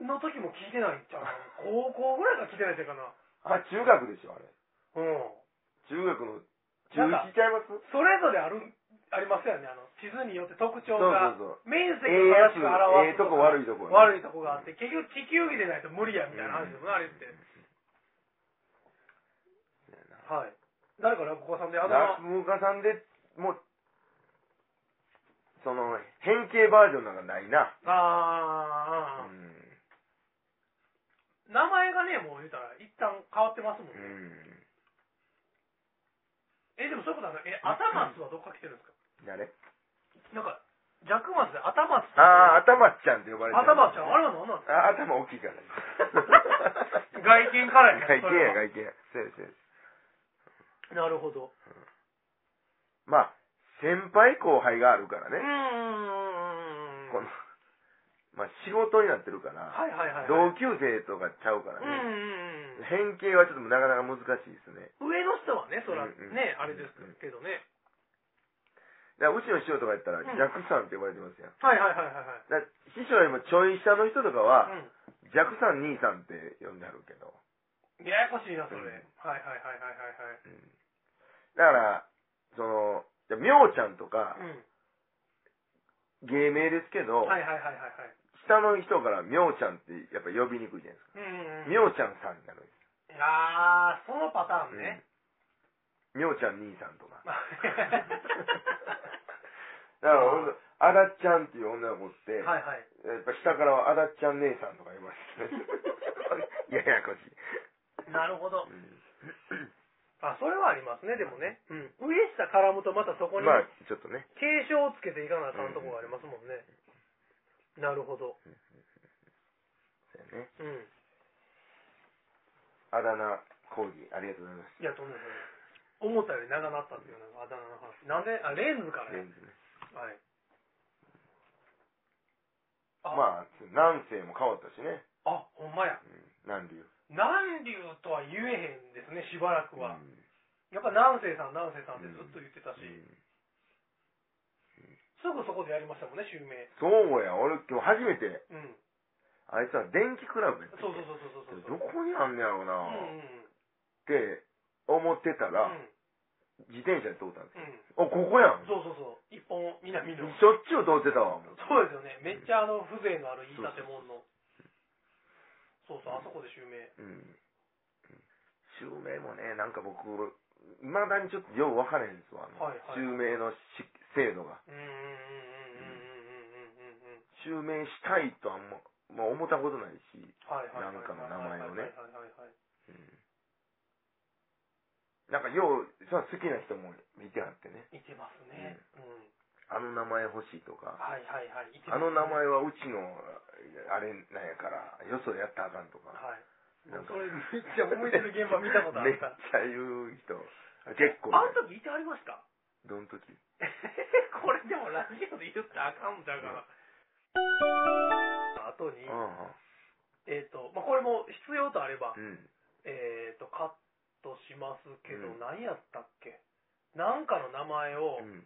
Speaker 2: の時も聞いてないんちゃう高校ぐらいから聞いてないんちゃうかな。
Speaker 1: あ、中学でしょ、あれ。
Speaker 2: うん。
Speaker 1: 中学の、中
Speaker 2: なんか
Speaker 1: 1ちゃいますそう
Speaker 2: それぞれある、ありますよね。あの、地図によって特徴
Speaker 1: そう
Speaker 2: が、
Speaker 1: そう。
Speaker 2: 面積
Speaker 1: ええ
Speaker 2: の
Speaker 1: や
Speaker 2: 形
Speaker 1: つ、
Speaker 2: が表
Speaker 1: ええ
Speaker 2: す
Speaker 1: とこ悪いとこ。
Speaker 2: 悪いとこがあって、結局地球儀でないと無理やみたいな話ですもんね、あれって。はい。誰か落語家さんで、あだ
Speaker 1: 落語家さんでもう、その、変形バージョンなんかないな。
Speaker 2: 名あ
Speaker 1: う
Speaker 2: ー、
Speaker 1: ん。
Speaker 2: 名前がね、もう言うたら、一旦変わってますもん
Speaker 1: う
Speaker 2: ね。
Speaker 1: ん。
Speaker 2: え、でもそういうことあるえ、頭松はどっから来てるんですか
Speaker 1: 誰
Speaker 2: なんか、ジャックマスで頭松
Speaker 1: ああ、
Speaker 2: あ、
Speaker 1: 頭っちゃんって呼ばれてる。
Speaker 2: 頭松ちゃん、あれは何なんですか
Speaker 1: あ頭大きいから。
Speaker 2: 外見からやね
Speaker 1: 外見や、
Speaker 2: それ
Speaker 1: 外見や。そうやそうや
Speaker 2: なるほど。
Speaker 1: まあ、先輩後輩があるから
Speaker 2: うー
Speaker 1: ね。
Speaker 2: ん。
Speaker 1: この、まあ仕事になってるから、
Speaker 2: はいはいはいはい。
Speaker 1: 同級生とかちゃうから
Speaker 2: うんうん
Speaker 1: ね。
Speaker 2: う
Speaker 1: 変
Speaker 2: ん。
Speaker 1: 形はちょっとなかなか難しいですね。
Speaker 2: 上の人はね、そら、ね、
Speaker 1: うんうん
Speaker 2: あれですけどね。
Speaker 1: だからうちの師匠とかやったら、
Speaker 2: うん
Speaker 1: ジャクさんって呼ばれてますやん。
Speaker 2: はいはいはいはいは
Speaker 1: だから
Speaker 2: い。
Speaker 1: 師匠よりもちょい下の人とかは、
Speaker 2: うん
Speaker 1: ジャクさん、兄さんって呼んであるけど。
Speaker 2: ややこしいな、そ
Speaker 1: うん
Speaker 2: れ。はいはいはいはいはいはい。
Speaker 1: うんだから、その、じゃあみょうちゃんとか、
Speaker 2: うん。
Speaker 1: 芸名ですけど、
Speaker 2: はいはいはいはいはい。
Speaker 1: 下の人からみょうちゃんってやっぱ呼びにくいじゃないですか。み
Speaker 2: うんうんうん。いや
Speaker 1: ょうちゃんさんになるんです
Speaker 2: ー、そのパターンね。
Speaker 1: みょうちゃん、兄さんと か。
Speaker 2: まあ
Speaker 1: だから俺、あだっちゃんっていう女の子って、
Speaker 2: はいはい。
Speaker 1: やっぱ下からはあだっちゃん姉さんとかいますね。 ややこしい。
Speaker 2: なるほど。
Speaker 1: うん
Speaker 2: あ、それはありますね、でもね。うん。上下絡むとまたそこに
Speaker 1: まあ、ちょっとね。
Speaker 2: 継承をつけていかなあかんところがありますもんね。なるほど。
Speaker 1: そうやね
Speaker 2: うん。
Speaker 1: あだ名講義ありがとうございます。
Speaker 2: いや、とんでもない。思ったより長なったっていうのがあだ名の話。なんで、あ、レンズから
Speaker 1: レ
Speaker 2: ね。
Speaker 1: ンズね。
Speaker 2: はい。あ、
Speaker 1: まあ、南西も変わったしね。
Speaker 2: あ、ほんまや。
Speaker 1: うん、南流。
Speaker 2: 南流とは言えへんですね、しばらくは。
Speaker 1: うん
Speaker 2: やっぱ南西さん、南西さんってずっと言ってた
Speaker 1: う
Speaker 2: し、
Speaker 1: ん
Speaker 2: すぐそこでやりましたもんね、襲名。
Speaker 1: そうや、俺今日初めて、
Speaker 2: うん。
Speaker 1: あいつは電気クラブやったっけ
Speaker 2: そうそうそうそうそうそ
Speaker 1: ど
Speaker 2: う。
Speaker 1: こにあんねやろうな、
Speaker 2: うん
Speaker 1: っ
Speaker 2: うん
Speaker 1: て思っ
Speaker 2: うん。
Speaker 1: てた
Speaker 2: う
Speaker 1: ら、
Speaker 2: ん
Speaker 1: 自転車で通ったんです
Speaker 2: うん。
Speaker 1: よ。あ、ここやん。
Speaker 2: そうそうそう。一本、南の。
Speaker 1: しょっちゅう通ってたわ。もう
Speaker 2: そうですよね。めっちゃあの、風情のあるいい建物の。そうそう、あそこで襲名。
Speaker 1: うん。襲名もね、なんか僕、いまだにちょっとよう分からへんですわ。
Speaker 2: はいはい
Speaker 1: 襲名のし制度が。
Speaker 2: うんうんうんうんうんうんうんう
Speaker 1: 襲名
Speaker 2: んうんうん。
Speaker 1: したいとは思,、まあ、思ったことないし、
Speaker 2: はいはいはいはいはいはいはいはい。
Speaker 1: なんかの名前をねなんか
Speaker 2: はいはいはいはい。
Speaker 1: よう、その好きな人も見てあってね、
Speaker 2: いてますね。うん。
Speaker 1: あの名前欲しいとか、
Speaker 2: はいはいはい。いて
Speaker 1: あ
Speaker 2: ますね
Speaker 1: の名。前はうちの、あれなんやから、よそやったらあかんとか。
Speaker 2: はい。
Speaker 1: なんか
Speaker 2: それめっちゃ思い出の現場見たことあ
Speaker 1: めっ
Speaker 2: る
Speaker 1: ちゃ
Speaker 2: から
Speaker 1: 言う人。結構、
Speaker 2: あの時いてありました
Speaker 1: どの時
Speaker 2: これでもラジオで言ったらあかんだから。後に、
Speaker 1: ああ
Speaker 2: えっ、と、まあ、これも必要とあれば、
Speaker 1: うん。
Speaker 2: えっ、と、カットしますけど、
Speaker 1: うん
Speaker 2: 何やったっけなんかの名前を
Speaker 1: う、ん。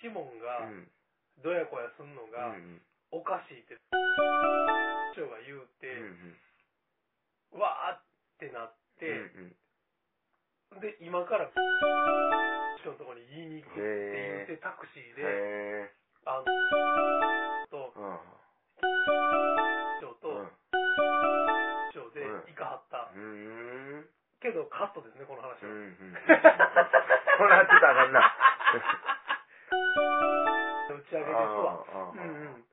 Speaker 2: シモン
Speaker 1: う
Speaker 2: が、
Speaker 1: ん。
Speaker 2: どやこやすんの
Speaker 1: う
Speaker 2: が、
Speaker 1: ん。
Speaker 2: おかしいって、師匠が言うて、
Speaker 1: うん。
Speaker 2: わーってなって、
Speaker 1: うん。
Speaker 2: で、今から、師匠のところに言いに行くって言
Speaker 1: へ
Speaker 2: って、タクシー
Speaker 1: え。
Speaker 2: で、
Speaker 1: へえ。
Speaker 2: あの、と、
Speaker 1: うん。
Speaker 2: 師匠と、師匠で
Speaker 1: うん
Speaker 2: 行かはった。
Speaker 1: うん。う ん。
Speaker 2: けど、カットですね、この話
Speaker 1: う
Speaker 2: は。
Speaker 1: ん。これやってたらあかんな。
Speaker 2: 打ち上げです
Speaker 1: あ
Speaker 2: わ。
Speaker 1: あああ
Speaker 2: うんうん。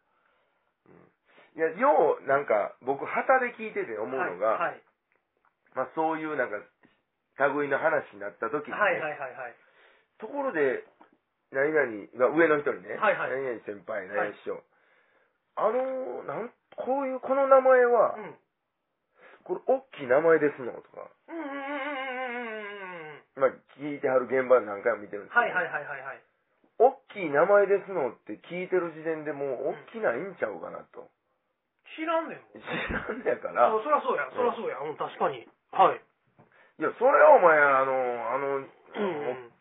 Speaker 1: いや、よう、なんか、僕、旗で聞いてて思うのが、
Speaker 2: はい
Speaker 1: まあ、そういう、なんか、類の話になった時に、ね
Speaker 2: はいはいはいはい。
Speaker 1: ところで、何々、まあ、上の人にね、
Speaker 2: はいはい
Speaker 1: 何々先輩、
Speaker 2: はい
Speaker 1: 何々師匠、あのーなん、こういう、この名前は、
Speaker 2: うん。
Speaker 1: これ、大きい名前ですのとか、
Speaker 2: うんうんうんうんうんうんうん。
Speaker 1: まあ、聞いてはる現場で何回も見てるんですけど、
Speaker 2: はいはいはいはいはい。
Speaker 1: 大きい名前ですのって聞いてる時点でもう、大きないんちゃうかなと。
Speaker 2: 知らんねんもん。
Speaker 1: 知らんねやか
Speaker 2: あ
Speaker 1: ら、
Speaker 2: そりゃそうや、そりゃそうや。うん、確かに。はい。
Speaker 1: いや、それはお前、あのー、あの
Speaker 2: う
Speaker 1: ー、
Speaker 2: んうん。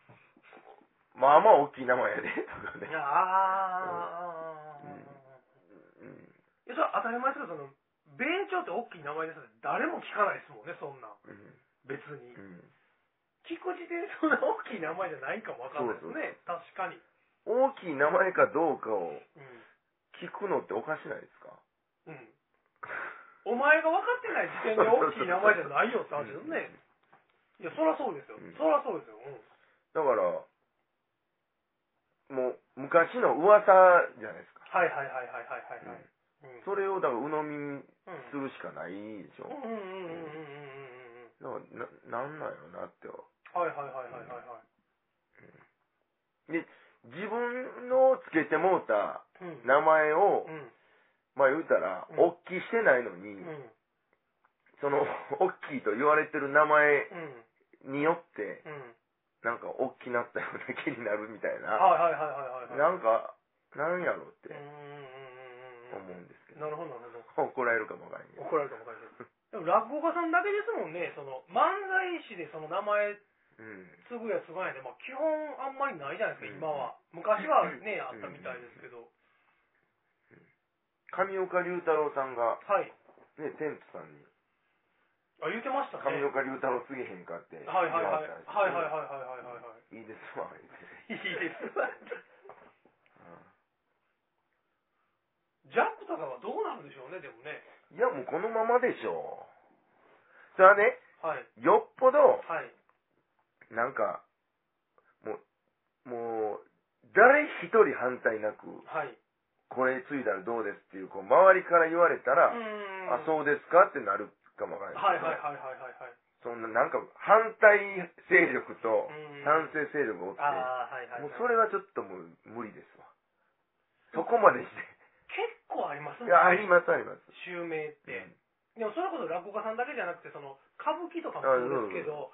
Speaker 1: まあまあ大きい名前やで、とかね。
Speaker 2: ああ。
Speaker 1: うん
Speaker 2: それは当たり前ですけど、その、米朝って大きい名前ですので、誰も聞かないですもんね、そんなん。
Speaker 1: うん
Speaker 2: 別に。
Speaker 1: うん
Speaker 2: 聞く時点でそんな大きい名前じゃないかもわかんないですね。確かに。
Speaker 1: 大きい名前かどうかを
Speaker 2: うん。
Speaker 1: 聞くのっておかしないですか
Speaker 2: うん。お 前が分かってない時点で大きい名前じゃないよって話ですね。いや、そらそうですよ。
Speaker 1: うん
Speaker 2: そらそうですよ。う
Speaker 1: だ
Speaker 2: ん。
Speaker 1: から、もう昔の噂じゃないですか。
Speaker 2: はいはいはいはいはいはいはい。うん。
Speaker 1: それをだから鵜呑みに
Speaker 2: うん
Speaker 1: するしかないでしょ。
Speaker 2: うんうんうんうんうんうんうん。
Speaker 1: だからな、なんなんやろなって。
Speaker 2: はいはいはいはいはいはい。
Speaker 1: で、自分のつけてもうた
Speaker 2: うん。
Speaker 1: 名前を、
Speaker 2: うん。
Speaker 1: まあ言うたら
Speaker 2: う、ん
Speaker 1: おっきしてないの
Speaker 2: う
Speaker 1: に、
Speaker 2: ん。
Speaker 1: その、おっきいと言われてる名前
Speaker 2: うん。
Speaker 1: によって、
Speaker 2: うん。
Speaker 1: なんかおっきなったような気になるみたいな、
Speaker 2: はいはいはいはいはい。
Speaker 1: なんか、なんやろうっ
Speaker 2: う
Speaker 1: て
Speaker 2: んうんうん
Speaker 1: 思う
Speaker 2: うんうん。
Speaker 1: んですけど、
Speaker 2: なるほどなるほど。
Speaker 1: 怒られるかもわからんけど。
Speaker 2: 怒られるかもわか りません。でも落語家さんだけですもんね、その漫才師でその名前
Speaker 1: うん。
Speaker 2: すぐやすごいね、まあ、基本あんまりないじゃないですか、今は。昔はね、あったみたいですけど。
Speaker 1: 上岡龍太郎さんが、
Speaker 2: はい。
Speaker 1: ね、テントさんに、
Speaker 2: あ、言ってました
Speaker 1: 上
Speaker 2: ね。
Speaker 1: 岡龍太郎すげへんかって言
Speaker 2: はいはい
Speaker 1: わ
Speaker 2: は
Speaker 1: れ
Speaker 2: い。はい
Speaker 1: たんですけど
Speaker 2: はいはいはいはいはい
Speaker 1: いですわ、言うて
Speaker 2: い。いいです。ジャックとかはどうなるんでしょうね、でもね。
Speaker 1: いや、もうこのままでしょそれはね、
Speaker 2: はい。
Speaker 1: よっぽど、
Speaker 2: はい。
Speaker 1: なんか、もう、もう、誰一人反対なく、
Speaker 2: はい。う
Speaker 1: これついたらどうですっていう、こう、周りから言われたら、
Speaker 2: ーん。
Speaker 1: あ、
Speaker 2: う。
Speaker 1: そうですかってなるかもわからな
Speaker 2: は
Speaker 1: いい。
Speaker 2: はいはいはいはいはい。
Speaker 1: そんな、なんか、反対勢力と
Speaker 2: う、ーん
Speaker 1: 賛成勢力がおって、
Speaker 2: ああ、はいはい、はい。
Speaker 1: もうそれはちょっともう無理ですわ。そこまでして。
Speaker 2: 結構あります
Speaker 1: い
Speaker 2: ね。
Speaker 1: や、ありますあります。
Speaker 2: 襲名っ
Speaker 1: う
Speaker 2: て。
Speaker 1: ん
Speaker 2: でもそれこそ落語家さんだけじゃなくてその歌舞伎とかもそうですけど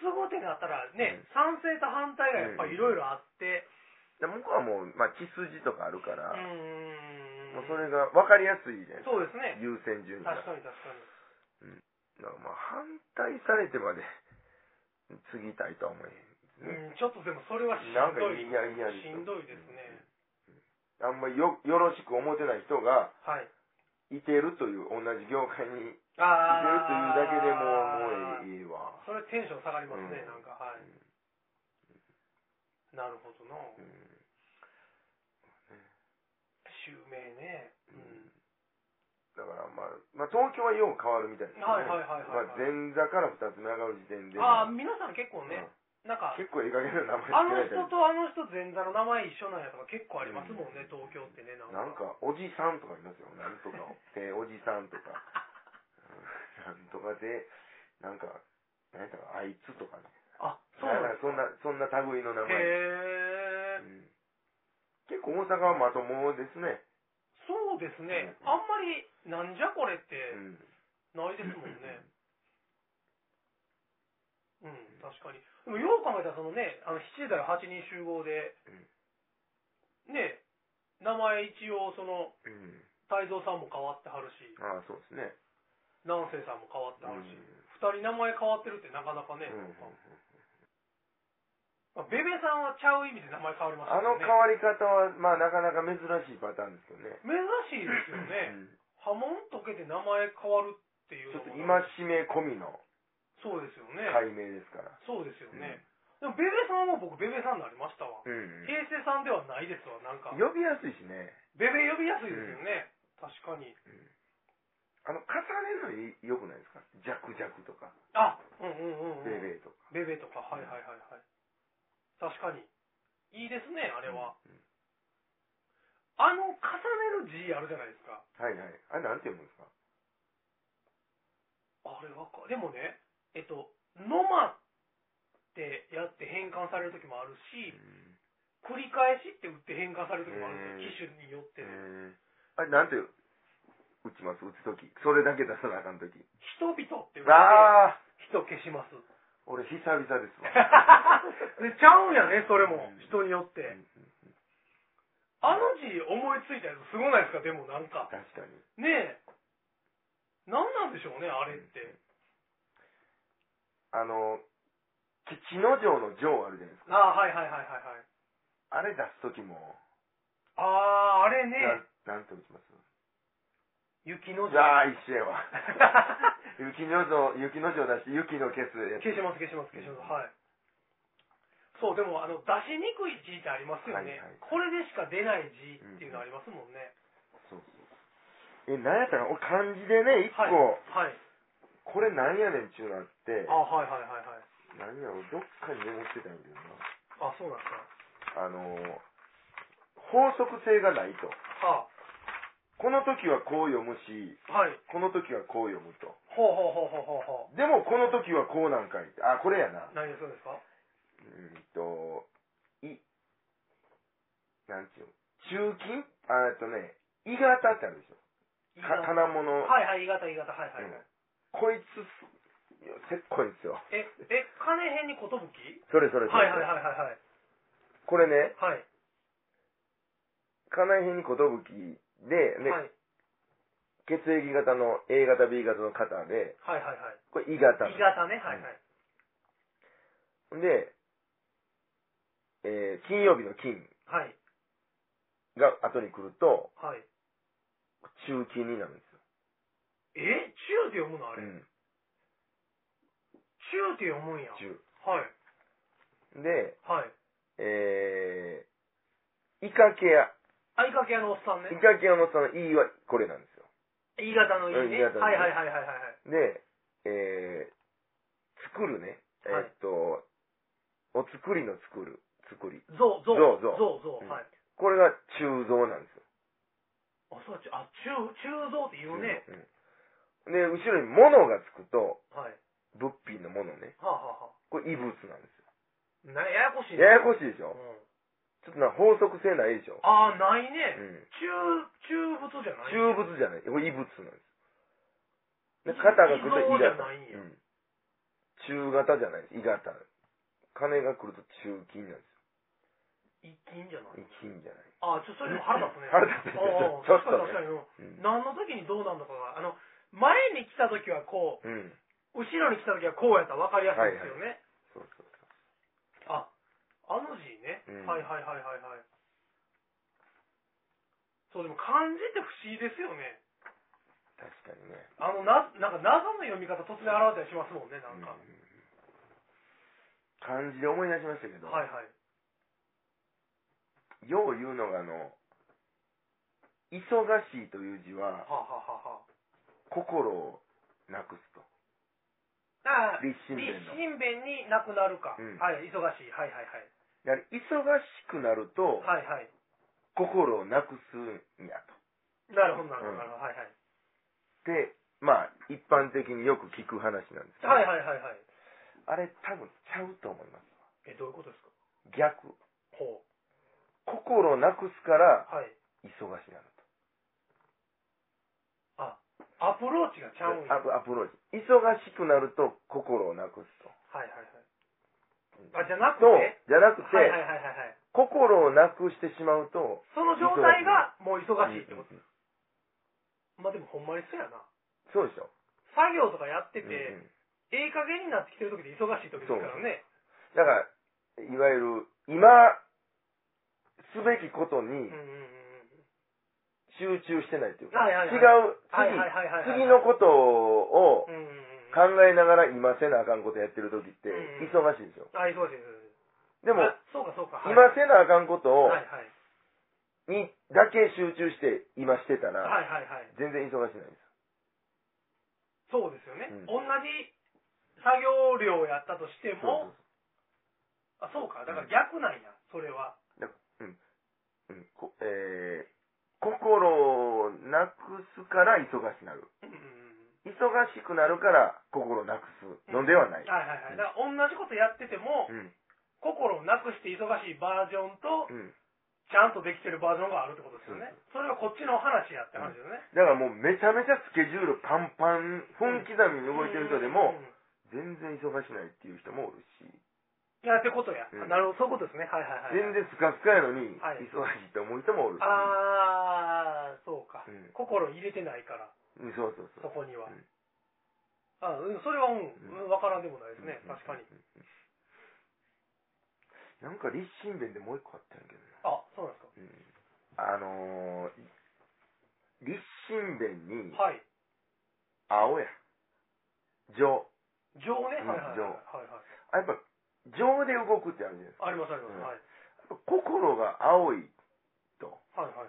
Speaker 2: 都合手があったらね、賛成と反対がやっぱりいろいろあって
Speaker 1: で向こうはもう、まあ、血筋とかあるか
Speaker 2: う
Speaker 1: ら、
Speaker 2: ーん
Speaker 1: もうそれが分かりやすいじゃないですか。
Speaker 2: そうですね
Speaker 1: 優先順位が。
Speaker 2: 確かに確かに
Speaker 1: だからまあ反対されてまで継ぎたいとは思えへんね。
Speaker 2: うんちょっとでもそれはしん
Speaker 1: なんか
Speaker 2: どい
Speaker 1: いやいや
Speaker 2: しんどいですね
Speaker 1: あんまりよよろしく思ってない人が
Speaker 2: はい
Speaker 1: いてるという同じ業界にいてるというだけでもうもう
Speaker 2: うだけでも
Speaker 1: いいわ。
Speaker 2: それテンション下がりますね、
Speaker 1: うん
Speaker 2: なんかはいなるほどな
Speaker 1: うん
Speaker 2: 襲名ねうん
Speaker 1: だからまあ、まあ、東京はよう変わるみたいですね。
Speaker 2: はいはいはいはい
Speaker 1: まあ、
Speaker 2: はい
Speaker 1: 前座から二つ目上がる時点で、
Speaker 2: ああ皆さん結構ね
Speaker 1: う
Speaker 2: なん
Speaker 1: ん
Speaker 2: か
Speaker 1: 結構いい加減な名
Speaker 2: あの
Speaker 1: 前つけ
Speaker 2: 人
Speaker 1: られてる。
Speaker 2: とあの人前座の名前一緒なんやとか結構ありますもんね、東京ってねなんか
Speaker 1: なんか、おじさんとかいますよ。なんとかを。で、おじさん とか。うんなんとかで、なんか、なんやったか、あいつとかね。
Speaker 2: あそう
Speaker 1: だか
Speaker 2: な
Speaker 1: ら
Speaker 2: んです
Speaker 1: そんな、そんな類の名
Speaker 2: へ
Speaker 1: 前。
Speaker 2: え
Speaker 1: うん結構大阪はまともですね。
Speaker 2: そうですね、
Speaker 1: うん
Speaker 2: あんまりなんじゃこれって
Speaker 1: うん。
Speaker 2: ないですもんねうん、確かにでもよう考えたらそのねあの7時だよ8人集合で、ね名前一応その
Speaker 1: うん。
Speaker 2: 泰造さんも変わってはるし
Speaker 1: ああ、そうですね。
Speaker 2: 南成さんも変わってはるし、
Speaker 1: うん
Speaker 2: 二人名前変わってるってなかなかね、
Speaker 1: うん
Speaker 2: まあ、ベベさんはちゃう意味で名前変わりました
Speaker 1: あ
Speaker 2: よ
Speaker 1: の
Speaker 2: ね
Speaker 1: 変わり方は、まあなかなか珍しいパターンですよね。
Speaker 2: 珍しいですよね、
Speaker 1: うん
Speaker 2: 波紋解けて名前変わるっていう
Speaker 1: ちょっ
Speaker 2: の
Speaker 1: と
Speaker 2: も
Speaker 1: 今しめ込みの
Speaker 2: そうですよね、
Speaker 1: 解明ですから。
Speaker 2: そうですよね、でもベベさんは僕ベベさんになりましたわ、
Speaker 1: うん。
Speaker 2: 平成さんではないですわなんか
Speaker 1: 呼びやすいしね。
Speaker 2: ベベ呼びやすいですよね、確かに
Speaker 1: あの、重ねるの良くないですかジャクジャクとか、
Speaker 2: あうんうんうん、うん、
Speaker 1: ベレーとか。
Speaker 2: ベベとかはいはいはいはい確かにいいですねあれは、あの重ねる字あるじゃないですか
Speaker 1: はいはい。あれなんて読むんですか
Speaker 2: あれわかでもねえっと「ノマ」ってやって変換される時もあるし、繰り返しって打って変換される時もあるんですよ、機種によってね、
Speaker 1: うんあれなんて打ちます打つとき。それだけ出さなあかんとき。
Speaker 2: 人々って打って
Speaker 1: ああ
Speaker 2: 人消し ます
Speaker 1: 俺久々です わ。
Speaker 2: でちゃうんやねそれも
Speaker 1: うん
Speaker 2: 人によっ
Speaker 1: う
Speaker 2: て
Speaker 1: ん
Speaker 2: あの字思いついたやつすごないですかでもなんか
Speaker 1: 確かに。
Speaker 2: ねえ何なんでしょうねあれって
Speaker 1: あの、吉野城の城あるじゃないですか。
Speaker 2: ああはいはいはいはいはい
Speaker 1: あれ出すときも、
Speaker 2: あああれね
Speaker 1: ななんて打ちます
Speaker 2: 雪の
Speaker 1: じゃあ、一緒やわ。 雪の城、雪の城だし、雪のケツやつ。
Speaker 2: 消します消します消します、はいそうでもあの出しにくい字ってありますよね、
Speaker 1: はいはい
Speaker 2: これでしか出ない字っていうのありますもんね、
Speaker 1: そうそう。え、なんやったかな俺漢字でね、一
Speaker 2: はい
Speaker 1: 個、
Speaker 2: はい
Speaker 1: これなんやねんちゅうのあって
Speaker 2: あ、はいはいはいはい
Speaker 1: 何やろ、どっかに眠ってたんやけどな。
Speaker 2: あそうなんです
Speaker 1: あのー、法則性がないと。
Speaker 2: かは
Speaker 1: この時はこう読むし、
Speaker 2: あはい
Speaker 1: この時はこう読むと。
Speaker 2: ほうほうほうほうほうほ
Speaker 1: でも、この時はこうなんかいって。あ、これやな。
Speaker 2: う何がそうですか
Speaker 1: うーんと、い、なんちゅうの中金あえっとね、いがたってあるでしょ。か
Speaker 2: いが
Speaker 1: 金物。
Speaker 2: はいはい、いがたいがた、はいはい。
Speaker 1: うんこいつす、いやせっこいんですよ。
Speaker 2: え、え、金編に寿はい
Speaker 1: それそれそ
Speaker 2: はい
Speaker 1: れ。
Speaker 2: はいはいはい。
Speaker 1: これね、
Speaker 2: はい。
Speaker 1: 金へに寿で、ね、
Speaker 2: はい
Speaker 1: 血液型の A 型 B 型の方で、
Speaker 2: はいはいはい。
Speaker 1: これ、い型。
Speaker 2: いがたね、はいはい。
Speaker 1: で、えー金曜日の金
Speaker 2: はい。
Speaker 1: が後に来ると、
Speaker 2: はい。
Speaker 1: 中金になるんですよ。
Speaker 2: え中って読むのあれ。
Speaker 1: うん
Speaker 2: 中って読むんや。はい。
Speaker 1: 中。で、
Speaker 2: はい。
Speaker 1: えー、イカケア。
Speaker 2: 相掛け屋のおっさんね
Speaker 1: イ。カケアのその E はこれなんですよ。
Speaker 2: い型のいい
Speaker 1: う
Speaker 2: ね。は
Speaker 1: ん
Speaker 2: い
Speaker 1: いがたのい
Speaker 2: はいはいはいはいはい。
Speaker 1: で、えー、作るね。えー
Speaker 2: はい
Speaker 1: っと、お作りの作る、作り。
Speaker 2: ゾウ、ゾウ。
Speaker 1: 象象う
Speaker 2: ゾウ、ゾウ。
Speaker 1: ん
Speaker 2: はい。
Speaker 1: これが鋳造なんですよ。
Speaker 2: あ、そう、ちゅあ、中、中ゾウって言うね。
Speaker 1: うん。で、後ろに物がつくと、
Speaker 2: はい。
Speaker 1: 物品の物ね。
Speaker 2: はあはあは
Speaker 1: これ異物なんです
Speaker 2: あ。な、ややこしい
Speaker 1: よ。
Speaker 2: ね。
Speaker 1: ややこしいでし
Speaker 2: う
Speaker 1: ょ
Speaker 2: ん
Speaker 1: ちょっとな、法則性ないでしょ
Speaker 2: ああ、ないうね。
Speaker 1: ん。
Speaker 2: 中、中物じゃない
Speaker 1: 中物じゃない。これ異物なんです。で肩が来ると
Speaker 2: 異
Speaker 1: 異
Speaker 2: 常じゃ
Speaker 1: 型。
Speaker 2: ないんや
Speaker 1: うん中型じゃないです。異型。金が来ると中金なんです
Speaker 2: 一金じゃな
Speaker 1: よ。
Speaker 2: い
Speaker 1: 金じゃない。
Speaker 2: ああ、ちょ、それでも腹立つね。
Speaker 1: 腹立つね
Speaker 2: おうおう
Speaker 1: ちょっとね
Speaker 2: 確かに確かにうん。
Speaker 1: うん
Speaker 2: 何の時にどうなんだかが、あの、前に来た時はこ
Speaker 1: うん。
Speaker 2: う、後ろに来た時はこうやったら分かりやすいですよね。
Speaker 1: そうそうそ
Speaker 2: あの字ね、
Speaker 1: うん
Speaker 2: はいはいはいはいはい。そう、でも漢字って不思議ですよね。
Speaker 1: う。確かにね。
Speaker 2: あの、な、なんか謎の読み方突然現れたりしますもんね、なんか。
Speaker 1: うん漢字で思い出しましたけど、
Speaker 2: はいはい。
Speaker 1: よう言うのがあの、忙しいという字は
Speaker 2: は、あ、はあはあは
Speaker 1: 心をなくすと。
Speaker 2: あ、ああ、
Speaker 1: 立
Speaker 2: 立
Speaker 1: 身弁の。
Speaker 2: 身弁になくなるか。
Speaker 1: うん
Speaker 2: はい、忙しい。はいはいは
Speaker 1: だ
Speaker 2: い。
Speaker 1: から忙しくなると、
Speaker 2: はいはい。
Speaker 1: 心をなくすんやと。
Speaker 2: なるほどなるほ
Speaker 1: うん
Speaker 2: どなるほど。はいはい。
Speaker 1: で、まあ、一般的によく聞く話なんですけど、
Speaker 2: はいはいはいはい。
Speaker 1: あれ多分ちゃうと思います。
Speaker 2: え、どういうことですか
Speaker 1: 逆。
Speaker 2: ほう。
Speaker 1: 心をなくすから、
Speaker 2: はい。
Speaker 1: 忙しくなる
Speaker 2: アプローチがち
Speaker 1: と。
Speaker 2: ゃうんや。
Speaker 1: アプアプローチ。忙しくなると、心をなくすと。
Speaker 2: はいはいはい。あ、じゃなくて、
Speaker 1: と
Speaker 2: はい、
Speaker 1: じゃなくて、
Speaker 2: はいはいはいはい。
Speaker 1: 心をなくしてしまうと、
Speaker 2: その状態がもう忙しいってこと。まあでもほんまにそうやな。
Speaker 1: そうでしょ。
Speaker 2: 作業とかやってて、
Speaker 1: うんうん
Speaker 2: ええ加減になってきてる時で忙しい時ですからね。
Speaker 1: だから、いわゆる、今、すべきこと
Speaker 2: う
Speaker 1: に
Speaker 2: んうんうん
Speaker 1: 集中してないというか、
Speaker 2: はいはい
Speaker 1: 違
Speaker 2: はい
Speaker 1: う、次、
Speaker 2: はいはいはいはいはい
Speaker 1: 次のことを
Speaker 2: うん。うんうんうん。
Speaker 1: 考えながら今せなあかんことやってる時って
Speaker 2: うん、
Speaker 1: 忙しいでしょ。
Speaker 2: あ、忙しいです。
Speaker 1: でも、
Speaker 2: あ、そうかそうか。はい、
Speaker 1: 今せなあかんことを
Speaker 2: はい、はい。
Speaker 1: に、だけ集中して、今してたら、
Speaker 2: はいはいはい。
Speaker 1: 全然忙しないんです
Speaker 2: そうですよね。
Speaker 1: うん
Speaker 2: 同じ作業量をやったとして
Speaker 1: よ。
Speaker 2: も、あ、そうか。だから逆なんや、それは。
Speaker 1: そうそううんこえー心をなくすから忙しくなる。
Speaker 2: うんう
Speaker 1: 忙
Speaker 2: んうん。
Speaker 1: しくなるから心をなくすのではない。
Speaker 2: はいはいはい。だから同じことやってても、
Speaker 1: うん。
Speaker 2: 心をなくして忙しいバージョンと、
Speaker 1: うん。
Speaker 2: ちゃんとできてるバージョンがあるってことですよね。それはこっちの話やって話ですよね。
Speaker 1: だからもうめちゃめちゃスケジュールパンパン、分刻みに動いてる人でも
Speaker 2: う、ん
Speaker 1: 全然忙しないっていう人もおるし、
Speaker 2: いや、ってことや。
Speaker 1: うん
Speaker 2: なるほど、そういうことですね。はいはいはい。
Speaker 1: 全然スカスカやのに
Speaker 2: はい、
Speaker 1: 忙しいと思う人もおるし。
Speaker 2: あー、そうか。
Speaker 1: うん
Speaker 2: 心入れてないから、
Speaker 1: うんそうそうそ。
Speaker 2: そうこには。
Speaker 1: うん
Speaker 2: あうん、それは、うん、うんわからんでもないですね。
Speaker 1: うん
Speaker 2: 確かに。
Speaker 1: なんか立身弁でもう一個あったんやけどな。
Speaker 2: あ、そうなんです
Speaker 1: あのー、立身弁に
Speaker 2: か。
Speaker 1: 青や。情。
Speaker 2: 情ね。はいはいはい。
Speaker 1: 情
Speaker 2: はい
Speaker 1: あや
Speaker 2: はい。
Speaker 1: っぱ、情で動くってあるじゃないですか。
Speaker 2: ありますありま
Speaker 1: う
Speaker 2: す。
Speaker 1: ん
Speaker 2: はい。
Speaker 1: やっぱ心が青いと
Speaker 2: はいはいはい。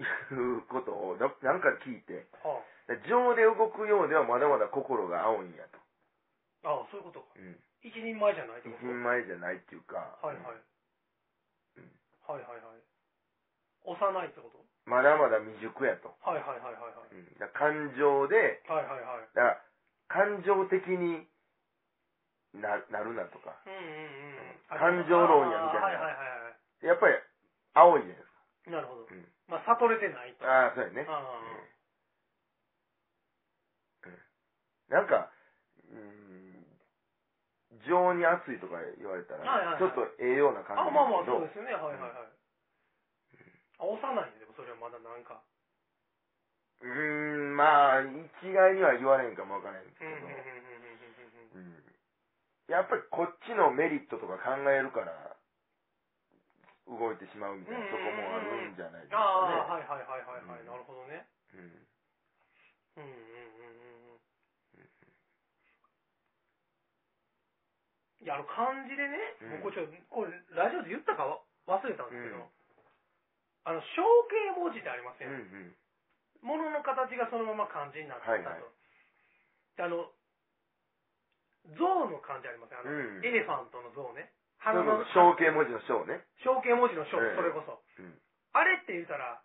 Speaker 1: いうことを、ななんか聞いて、
Speaker 2: は
Speaker 1: 情で動くようではまだまだ心が青いんやと。
Speaker 2: あ、ああそういうことか。
Speaker 1: うん。
Speaker 2: 一人前じゃないって
Speaker 1: 一
Speaker 2: こと
Speaker 1: 人前じゃないっていうか、
Speaker 2: はいはい。
Speaker 1: うん
Speaker 2: はいはいはい。幼いってこと
Speaker 1: まだまだ未熟やと。
Speaker 2: はいはいはいはいはい。
Speaker 1: うん、だから感情で、
Speaker 2: はいはいはい。
Speaker 1: だから感情的にななるなとか、
Speaker 2: うんうん
Speaker 1: 感
Speaker 2: うん。
Speaker 1: 情論やみたいな
Speaker 2: あーはいはいはいは
Speaker 1: やっぱり青いじゃないです
Speaker 2: い。なるほど。
Speaker 1: か。うん
Speaker 2: まあ、悟れてないと。
Speaker 1: ああ、そうやね。
Speaker 2: あ
Speaker 1: なんか、うーん、情に熱いとか言われた
Speaker 2: はいはいは
Speaker 1: ら、
Speaker 2: い
Speaker 1: ちょっとええような
Speaker 2: あ、
Speaker 1: 感じ
Speaker 2: あまあまあ、そう
Speaker 1: です
Speaker 2: ですね。はいはいはい。あ幼いね、でもそれはまだなんか。
Speaker 1: けど。うーん、まあ、一概には言われんかもわからないんです
Speaker 2: う
Speaker 1: け
Speaker 2: ん
Speaker 1: ど
Speaker 2: うんう
Speaker 1: う
Speaker 2: んうんうんうん、うん。
Speaker 1: んやっぱりこっちのメリットとか考えるから、動いてしまうみたいなとこもあるんじゃないです
Speaker 2: ああ、
Speaker 1: かね。
Speaker 2: はいはいはいはいはい。
Speaker 1: うん
Speaker 2: なるほどね。
Speaker 1: うん
Speaker 2: うんうんうんうんうん。いや、あの、漢字でね、
Speaker 1: うん
Speaker 2: 僕ちょっと、これ、ラジオで言ったかわ忘れたんですけど、
Speaker 1: うん
Speaker 2: あの、象形文字ってありませ、
Speaker 1: うんん
Speaker 2: ものの形がそのまま漢字になってたと。
Speaker 1: はいはい
Speaker 2: であの、象の漢字ありませんあ
Speaker 1: う
Speaker 2: の、
Speaker 1: ん
Speaker 2: エレファントの象ね。
Speaker 1: そ
Speaker 2: 鼻
Speaker 1: う
Speaker 2: の
Speaker 1: そう象形文字の象ね。
Speaker 2: 象形文字の象、
Speaker 1: ええ
Speaker 2: それこそ。
Speaker 1: うん
Speaker 2: あれって言ったら、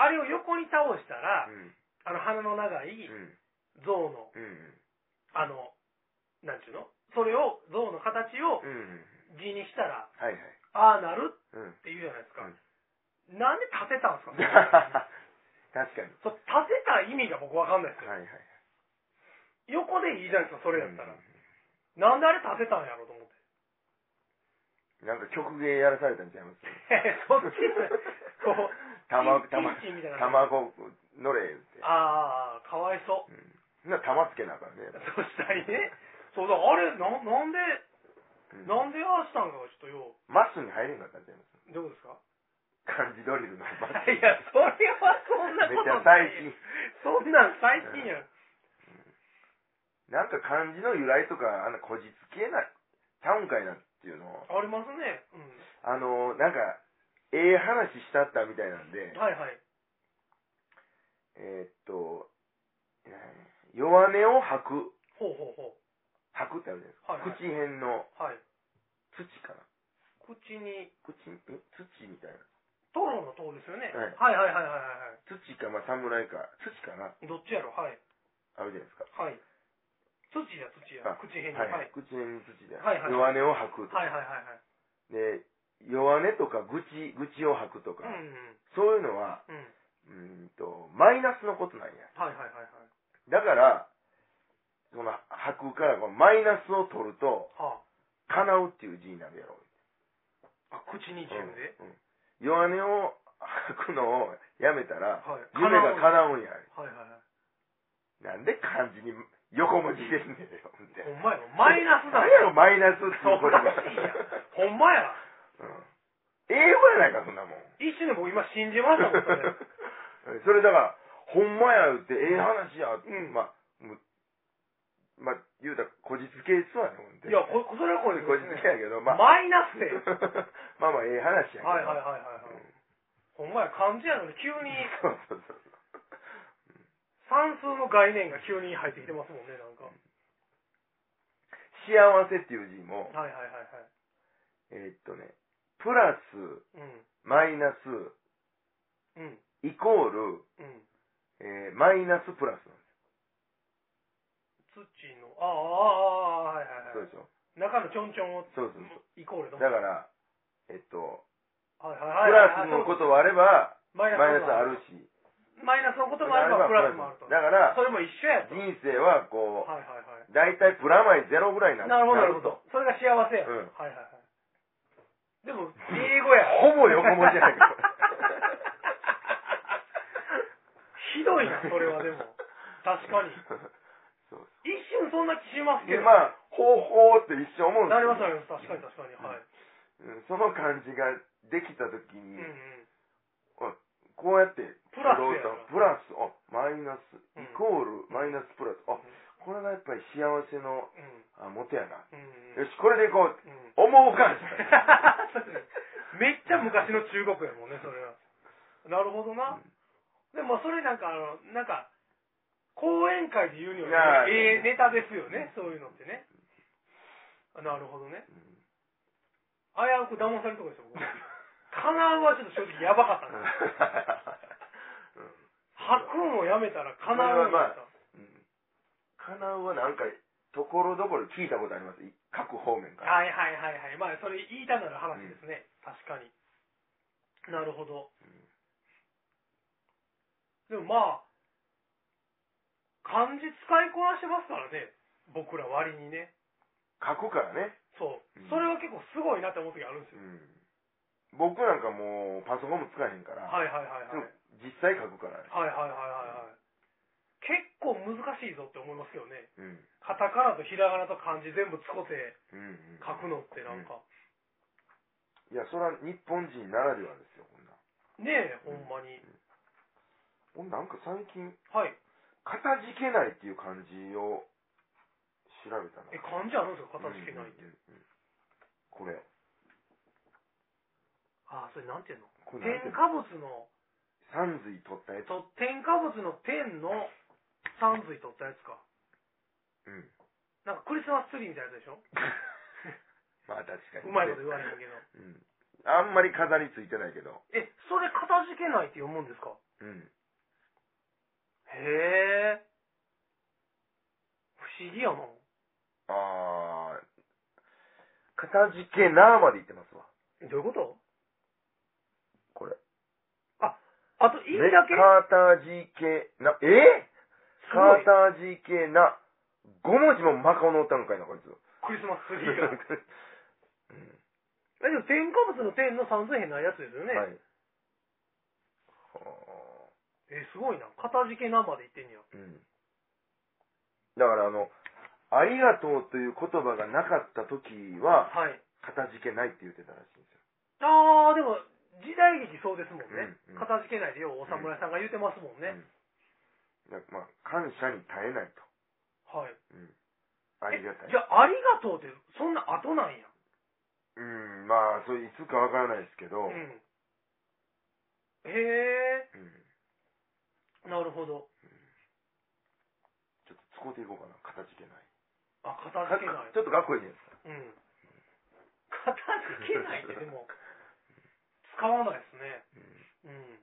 Speaker 2: あれを横に倒したら、
Speaker 1: うん
Speaker 2: あの、鼻の長い
Speaker 1: うん
Speaker 2: 象の、
Speaker 1: うん
Speaker 2: あの、なんちゅうのそれを、象の形を
Speaker 1: うんうん
Speaker 2: 字にしたら、
Speaker 1: はいはい。
Speaker 2: ああなる
Speaker 1: うん
Speaker 2: って言うじゃないです
Speaker 1: う
Speaker 2: か。
Speaker 1: ん
Speaker 2: なんで立てたん ですかね
Speaker 1: 確かに。
Speaker 2: そう立てた意味が僕わかんないですよ。
Speaker 1: はいはい。
Speaker 2: 横でいいじゃないですか、そ
Speaker 1: こ
Speaker 2: れやったら。なんであれ立てたんやろうと 思って。
Speaker 1: なんか曲芸やらされたんちゃいます
Speaker 2: そっちこう、
Speaker 1: 卵、
Speaker 2: ピ
Speaker 1: 卵
Speaker 2: ン、チンみたいな。
Speaker 1: 卵乗れ言うて。
Speaker 2: ああ、かわいそう。
Speaker 1: うん。な、玉つけなあかんね。
Speaker 2: そしたりね。そうだ、あれ、な、なんで、
Speaker 1: うん
Speaker 2: なんでああしたんかがちょっとよ
Speaker 1: マッスンに入れんかったんちゃいます
Speaker 2: う、ど うですか
Speaker 1: 漢字ドリルのマッスン。
Speaker 2: いや、それはそんな
Speaker 1: め
Speaker 2: こ
Speaker 1: っちゃ
Speaker 2: とな
Speaker 1: 最
Speaker 2: い。
Speaker 1: 近。
Speaker 2: そんなん最近やん。
Speaker 1: なんか漢字の由来とか、あんなこじつけな、ちゃうんかいなっていうのを、
Speaker 2: ありますね。う
Speaker 1: あの、なんか、ええ話したったみたいなんで
Speaker 2: ん。、はいはい。
Speaker 1: えーっと、えー弱音を吐く、
Speaker 2: ほうほうほ
Speaker 1: 吐くってあるじゃ
Speaker 2: はい
Speaker 1: ないです
Speaker 2: はい
Speaker 1: か。口辺の
Speaker 2: う。はい。
Speaker 1: 土かな。
Speaker 2: 口に、
Speaker 1: 口、ん土みたいな。
Speaker 2: トロの塔ですよね。
Speaker 1: はい
Speaker 2: はいはいはいはいは
Speaker 1: 土か、まあ、侍か、土かな、
Speaker 2: い。どっちやろはい。
Speaker 1: あるじゃないですか。
Speaker 2: はい。土や土
Speaker 1: あ。
Speaker 2: や口辺に。は。
Speaker 1: はい
Speaker 2: はい
Speaker 1: い、口辺に土で、
Speaker 2: はいはい
Speaker 1: 弱音を吐くと、
Speaker 2: はいはいはい。
Speaker 1: で、弱音とか愚痴、愚痴を吐くとか、
Speaker 2: うん
Speaker 1: そういうのは、
Speaker 2: うん
Speaker 1: うーん
Speaker 2: うん。
Speaker 1: と、マイナスのことなんや。
Speaker 2: はいはいはいはい。
Speaker 1: だから、その、吐くから、このマイナスを取ると、
Speaker 2: は
Speaker 1: 叶うっていう字になるやろ。
Speaker 2: あ。あ、口に自分で。
Speaker 1: うんうん弱音を吐くのをやめたら、
Speaker 2: はい。
Speaker 1: 夢が
Speaker 2: 叶
Speaker 1: 叶うん
Speaker 2: う
Speaker 1: や。
Speaker 2: はいはいはい。
Speaker 1: なんで漢字に横文字ですねんよ、みたい
Speaker 2: ほ
Speaker 1: な。
Speaker 2: んまやわ。マイナスだ
Speaker 1: 何
Speaker 2: よ。
Speaker 1: やろ、マイナスっていうことが
Speaker 2: おかしいやんほんまや。
Speaker 1: うん英語やないか、そんなもん。
Speaker 2: 一瞬で僕今信じましたも ん、それ。
Speaker 1: それだから、ほんまや言って、ええ話や、
Speaker 2: うん
Speaker 1: まあ、むまあ、言うたら、こじつけですわね、ほんで
Speaker 2: いや、こ、それはこ
Speaker 1: こ
Speaker 2: れ
Speaker 1: じ
Speaker 2: で
Speaker 1: つけ
Speaker 2: すね。
Speaker 1: やけど、まあ、
Speaker 2: マイナスで。
Speaker 1: まあまあ、ええ話やけど。
Speaker 2: はいはいはいはいはい。ほんまや、漢字やのに急に、
Speaker 1: そうそうそう。
Speaker 2: 算数の概念が急に入ってきてますもんね、なんか。
Speaker 1: 幸せっていう字も、
Speaker 2: はいはいはいはい。
Speaker 1: えーっとね、プラス、
Speaker 2: うん。
Speaker 1: マイナス、
Speaker 2: うん。
Speaker 1: イコール、
Speaker 2: うん。
Speaker 1: えーマイナスプラスなんで
Speaker 2: 土の、ああ、ああ、はい
Speaker 1: す。
Speaker 2: はい
Speaker 1: そう
Speaker 2: はい
Speaker 1: で。しょ。
Speaker 2: 中のちょんちょんを、
Speaker 1: そうそうそ
Speaker 2: イコールの。
Speaker 1: う。
Speaker 2: は
Speaker 1: だ
Speaker 2: い
Speaker 1: から、えっと、プ
Speaker 2: はいはい。
Speaker 1: ラスのこともあれば、
Speaker 2: マイ
Speaker 1: マイ
Speaker 2: ナ
Speaker 1: ナスある
Speaker 2: し。
Speaker 1: し、
Speaker 2: マイナスのこともあれば、プラスもあると。
Speaker 1: だから
Speaker 2: そ、れも一緒やと。はい
Speaker 1: 人生はこ
Speaker 2: はいは
Speaker 1: う、大体プラマイゼロぐらいに
Speaker 2: い。
Speaker 1: な
Speaker 2: なるほど、なるほど。。それが幸せや。
Speaker 1: うん
Speaker 2: はいはいはい。でも、英語や。
Speaker 1: ほぼ横文字やないか。
Speaker 2: ひどいな、それはでも。確かに。
Speaker 1: そう
Speaker 2: 一瞬そんな気します
Speaker 1: で、
Speaker 2: けど。
Speaker 1: まあ、方法って一生思うんです
Speaker 2: なり
Speaker 1: よ
Speaker 2: ますなります。確かに確かに。はい。
Speaker 1: うんその感じができたとき
Speaker 2: う
Speaker 1: に
Speaker 2: んう、ん。
Speaker 1: こうやって、
Speaker 2: ププラス
Speaker 1: 不動
Speaker 2: や
Speaker 1: 産
Speaker 2: な。
Speaker 1: プラス、あ、マイナス、
Speaker 2: うん
Speaker 1: イコール、マイナスプラス。あ
Speaker 2: う、ん
Speaker 1: これがやっぱり幸せの、あ、元やな。
Speaker 2: うん。うん。
Speaker 1: よし、これでいこう。
Speaker 2: うん。
Speaker 1: 思うかん
Speaker 2: めっちゃ昔の中国やもんね、それは。なるほどな。でも、それなんか、あの、なんか、講演会で言うに
Speaker 1: いや
Speaker 2: は、ええネタですよね、そういうのってね。あなるほどね。危うく騙されるとこでしょ、 僕。かなうはちょっと正直やばかったな。白雲をやめたらかなう
Speaker 1: まあかなうはなんか、ところどころ聞いたことあります。い各方面から。
Speaker 2: はいはいはいはい。まあ、それ言いたなる話ですね。確かに。なるほど。でもまあ、漢字使いこなしてますからね。僕ら割にね。
Speaker 1: 書くからね。
Speaker 2: そう
Speaker 1: うん。
Speaker 2: それは結構すごいなって思う時あるんですよ。
Speaker 1: 僕なんかもう、パソコンも使えへんから。
Speaker 2: はいはいはい
Speaker 1: で
Speaker 2: は
Speaker 1: も
Speaker 2: い。
Speaker 1: 実際書くからね。
Speaker 2: はいはいはいはいはい。結構難しいぞって思いますけどね。
Speaker 1: うん。
Speaker 2: カタカナとひらがなと漢字全部使って
Speaker 1: うんうん
Speaker 2: 書くのってなんか。
Speaker 1: いや、それは日本人ならではですよ、こんな。
Speaker 2: ねえ、ほんまに。
Speaker 1: ほんなんか最近、
Speaker 2: はい。
Speaker 1: かたじけないっていう漢字を調べたな。
Speaker 2: え、漢字あるんですか形けないって。
Speaker 1: うんうんうんうんこれ。
Speaker 2: ああ、それなんていうの
Speaker 1: これなんてい
Speaker 2: 添
Speaker 1: うの
Speaker 2: 加物の、
Speaker 1: 三髄取ったやつ。
Speaker 2: と添加物の添の三髄取ったやつか。
Speaker 1: う ん。
Speaker 2: なんかクリスマスツリーみたいなやつでしょ
Speaker 1: まあ確かに。
Speaker 2: うまいこと言われへんけど。
Speaker 1: うん。あんまり飾りついてないけど。
Speaker 2: え、それかたじけないって読むんですか
Speaker 1: うん。
Speaker 2: へえ。不思議やな。
Speaker 1: あー。かたじけなーまで言ってますわ。
Speaker 2: どういうこと
Speaker 1: これ。
Speaker 2: あと、いいだけ
Speaker 1: かたじけな、え
Speaker 2: すご
Speaker 1: か
Speaker 2: い。
Speaker 1: たじけな。5文字もマカオの歌うんかいな、こいつ。
Speaker 2: クリスマスツリー が。
Speaker 1: う
Speaker 2: え、でも添加物の添の三髄変ないやつですよ
Speaker 1: ん
Speaker 2: ね。
Speaker 1: はい。は
Speaker 2: え、すごいな。かたじけなまで言ってんねや。
Speaker 1: あうん。だから、あの、ありがとうという言葉がなかった時は、
Speaker 2: はい。
Speaker 1: かたじけないって言ってたらしいんですよ。
Speaker 2: あー、でも、時代劇そうですもんね。
Speaker 1: うんうん
Speaker 2: かたじけないでよう、お侍さんが言うてますもんね。
Speaker 1: だまあ、感謝に耐えないと。
Speaker 2: はい。
Speaker 1: うん。ありがた
Speaker 2: え
Speaker 1: い
Speaker 2: じ。ゃあ、ありがとうって、そんな後なんや。
Speaker 1: うん、まあ、それいつかわからないですけど、
Speaker 2: う
Speaker 1: うん
Speaker 2: ん。へー、なるほど。
Speaker 1: ちょっと使うていこうかな、かたじけない。
Speaker 2: あ、かたじけない
Speaker 1: か。ちょっとかっこいいじゃないですか。
Speaker 2: うん。かたじけないって、で も、使わないですね。うん。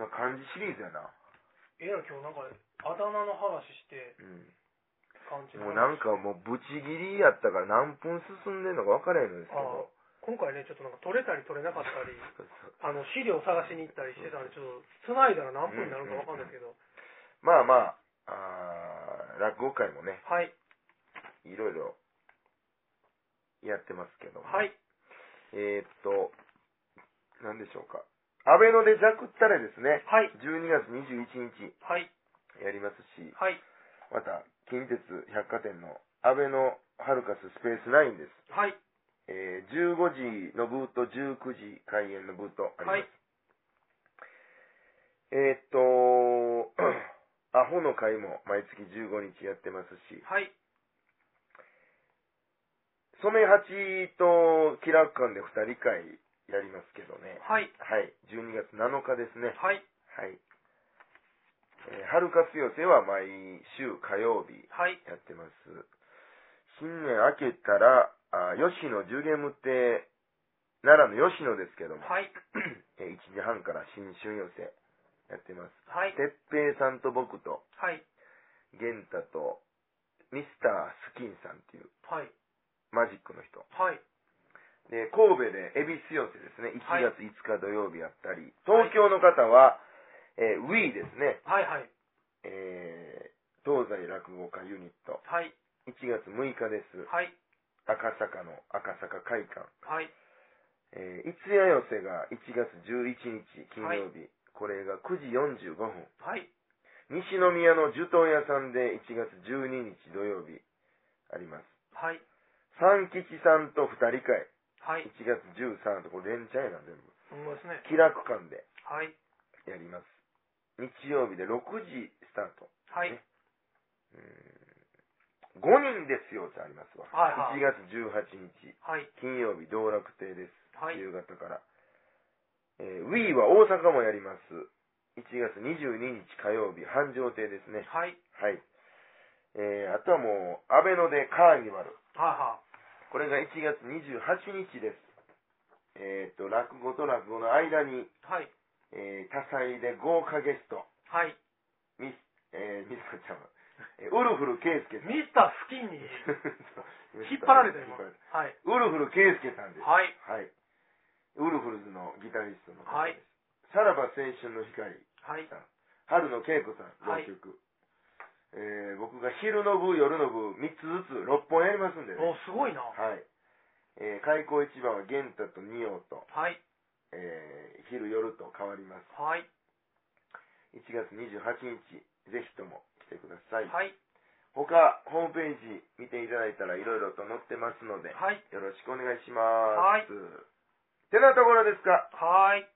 Speaker 1: なんか漢字シリーズやな。
Speaker 2: ええや、今日なんか、あだ名の話して、
Speaker 1: うん。
Speaker 2: 感じの
Speaker 1: もう
Speaker 2: 話
Speaker 1: なんかもうブチギリやったから何分進んでんのか分からへんのですけ
Speaker 2: あ
Speaker 1: ど。
Speaker 2: 今回ね、ちょっとなんか取れたり取れなかった り。
Speaker 1: そうそう
Speaker 2: あの資料を探しに行ったりしてたんで、ちょっと繋いだら何分になるかわかんないですけど、
Speaker 1: まあまあ、あー落語会もね、
Speaker 2: はい、
Speaker 1: いろいろやってますけども。
Speaker 2: はい、
Speaker 1: えー、っと、なんでしょうか。アベノでジャクったらですね、
Speaker 2: はい、
Speaker 1: 12月21日
Speaker 2: はい、
Speaker 1: やりますし、
Speaker 2: はい、
Speaker 1: また、近鉄百貨店のアベノハルカススペース9です。
Speaker 2: はい、
Speaker 1: えー15時のブート、19時開演のブートあります。
Speaker 2: はい
Speaker 1: えーっと、 アホの会も毎月15日やってますし、
Speaker 2: はい、
Speaker 1: ソメハチと気楽館で2人会やりますけどね。
Speaker 2: はい、
Speaker 1: はい、12月7日ですね。
Speaker 2: はい、
Speaker 1: はい。えー、春活寄せは毎週火曜日
Speaker 2: はい、
Speaker 1: やってます。新年明けたら、あ吉野十ゲームって、奈良の吉野ですけども、
Speaker 2: はい、
Speaker 1: えー1時半から新春寄せやってます。
Speaker 2: はい、
Speaker 1: てっぺいさんと僕と、
Speaker 2: はい、
Speaker 1: 玄太と、ミスタースキンさんっていう
Speaker 2: はい、
Speaker 1: マジックの人。
Speaker 2: はい、
Speaker 1: で、神戸で恵比寿寄せですね。1
Speaker 2: はい
Speaker 1: 月5日土曜日やったり、東京の方は、えー、WE ですね。
Speaker 2: はい、はい、
Speaker 1: えー、東西落語家ユニット。
Speaker 2: はい、
Speaker 1: 1月6日です。
Speaker 2: はい、
Speaker 1: 赤坂の赤坂会館。
Speaker 2: はい、
Speaker 1: えー、五谷寄せが1月11日金曜日。これが9時45分。
Speaker 2: はい、
Speaker 1: 西宮の樹刀屋さんで1月12日土曜日あります。
Speaker 2: はい、
Speaker 1: 三吉さんと二人会。
Speaker 2: はい
Speaker 1: 1、月13日、これ連チャンやな、全部。
Speaker 2: ほんまですね。
Speaker 1: 気楽館で。
Speaker 2: はい、
Speaker 1: やります。日曜日で6時スタート。
Speaker 2: はい。
Speaker 1: 5人ですよってありますわ。
Speaker 2: はいは
Speaker 1: 1
Speaker 2: い
Speaker 1: 月18日、
Speaker 2: はい。
Speaker 1: 金曜日、道楽亭です。
Speaker 2: はい。
Speaker 1: 夕方から。えー、WE は大阪もやります。1月22日火曜日、繁盛亭ですね。
Speaker 2: はい。
Speaker 1: はい。えー、あとはもう、アベノでカーニバル。
Speaker 2: は
Speaker 1: これが1月28日です。えっ、と、落語と落語の間に、
Speaker 2: いはい。はい。
Speaker 1: えー、多彩で豪華ゲスト、
Speaker 2: はい。
Speaker 1: ミス、えー、ミスコちゃんは、えーウルフルケイスケさん。
Speaker 2: ミスタースキンに 引っ張られてる。はい。
Speaker 1: ウルフルケイスケさんです。
Speaker 2: はい。
Speaker 1: はい。ウルフルズのギタリストの方
Speaker 2: は
Speaker 1: で
Speaker 2: い。
Speaker 1: す。さらば青春の光、
Speaker 2: はい。
Speaker 1: 春野恵子さん、
Speaker 2: は
Speaker 1: 浪
Speaker 2: い
Speaker 1: 曲。えー、僕が昼の部、夜の部、3つずつ6本やりますんでね。
Speaker 2: お、すごいな。は
Speaker 1: はい。えー、開口一番は玄太と二葉と、
Speaker 2: い。
Speaker 1: えー、昼夜と変わります。
Speaker 2: はい。
Speaker 1: 1月28日、ぜひとも来てください。
Speaker 2: はい。
Speaker 1: 他、ホームページ見ていただいたらいろいろと載ってますので、
Speaker 2: はい。
Speaker 1: よろしくお願いします。
Speaker 2: はい
Speaker 1: てなところですか
Speaker 2: はい。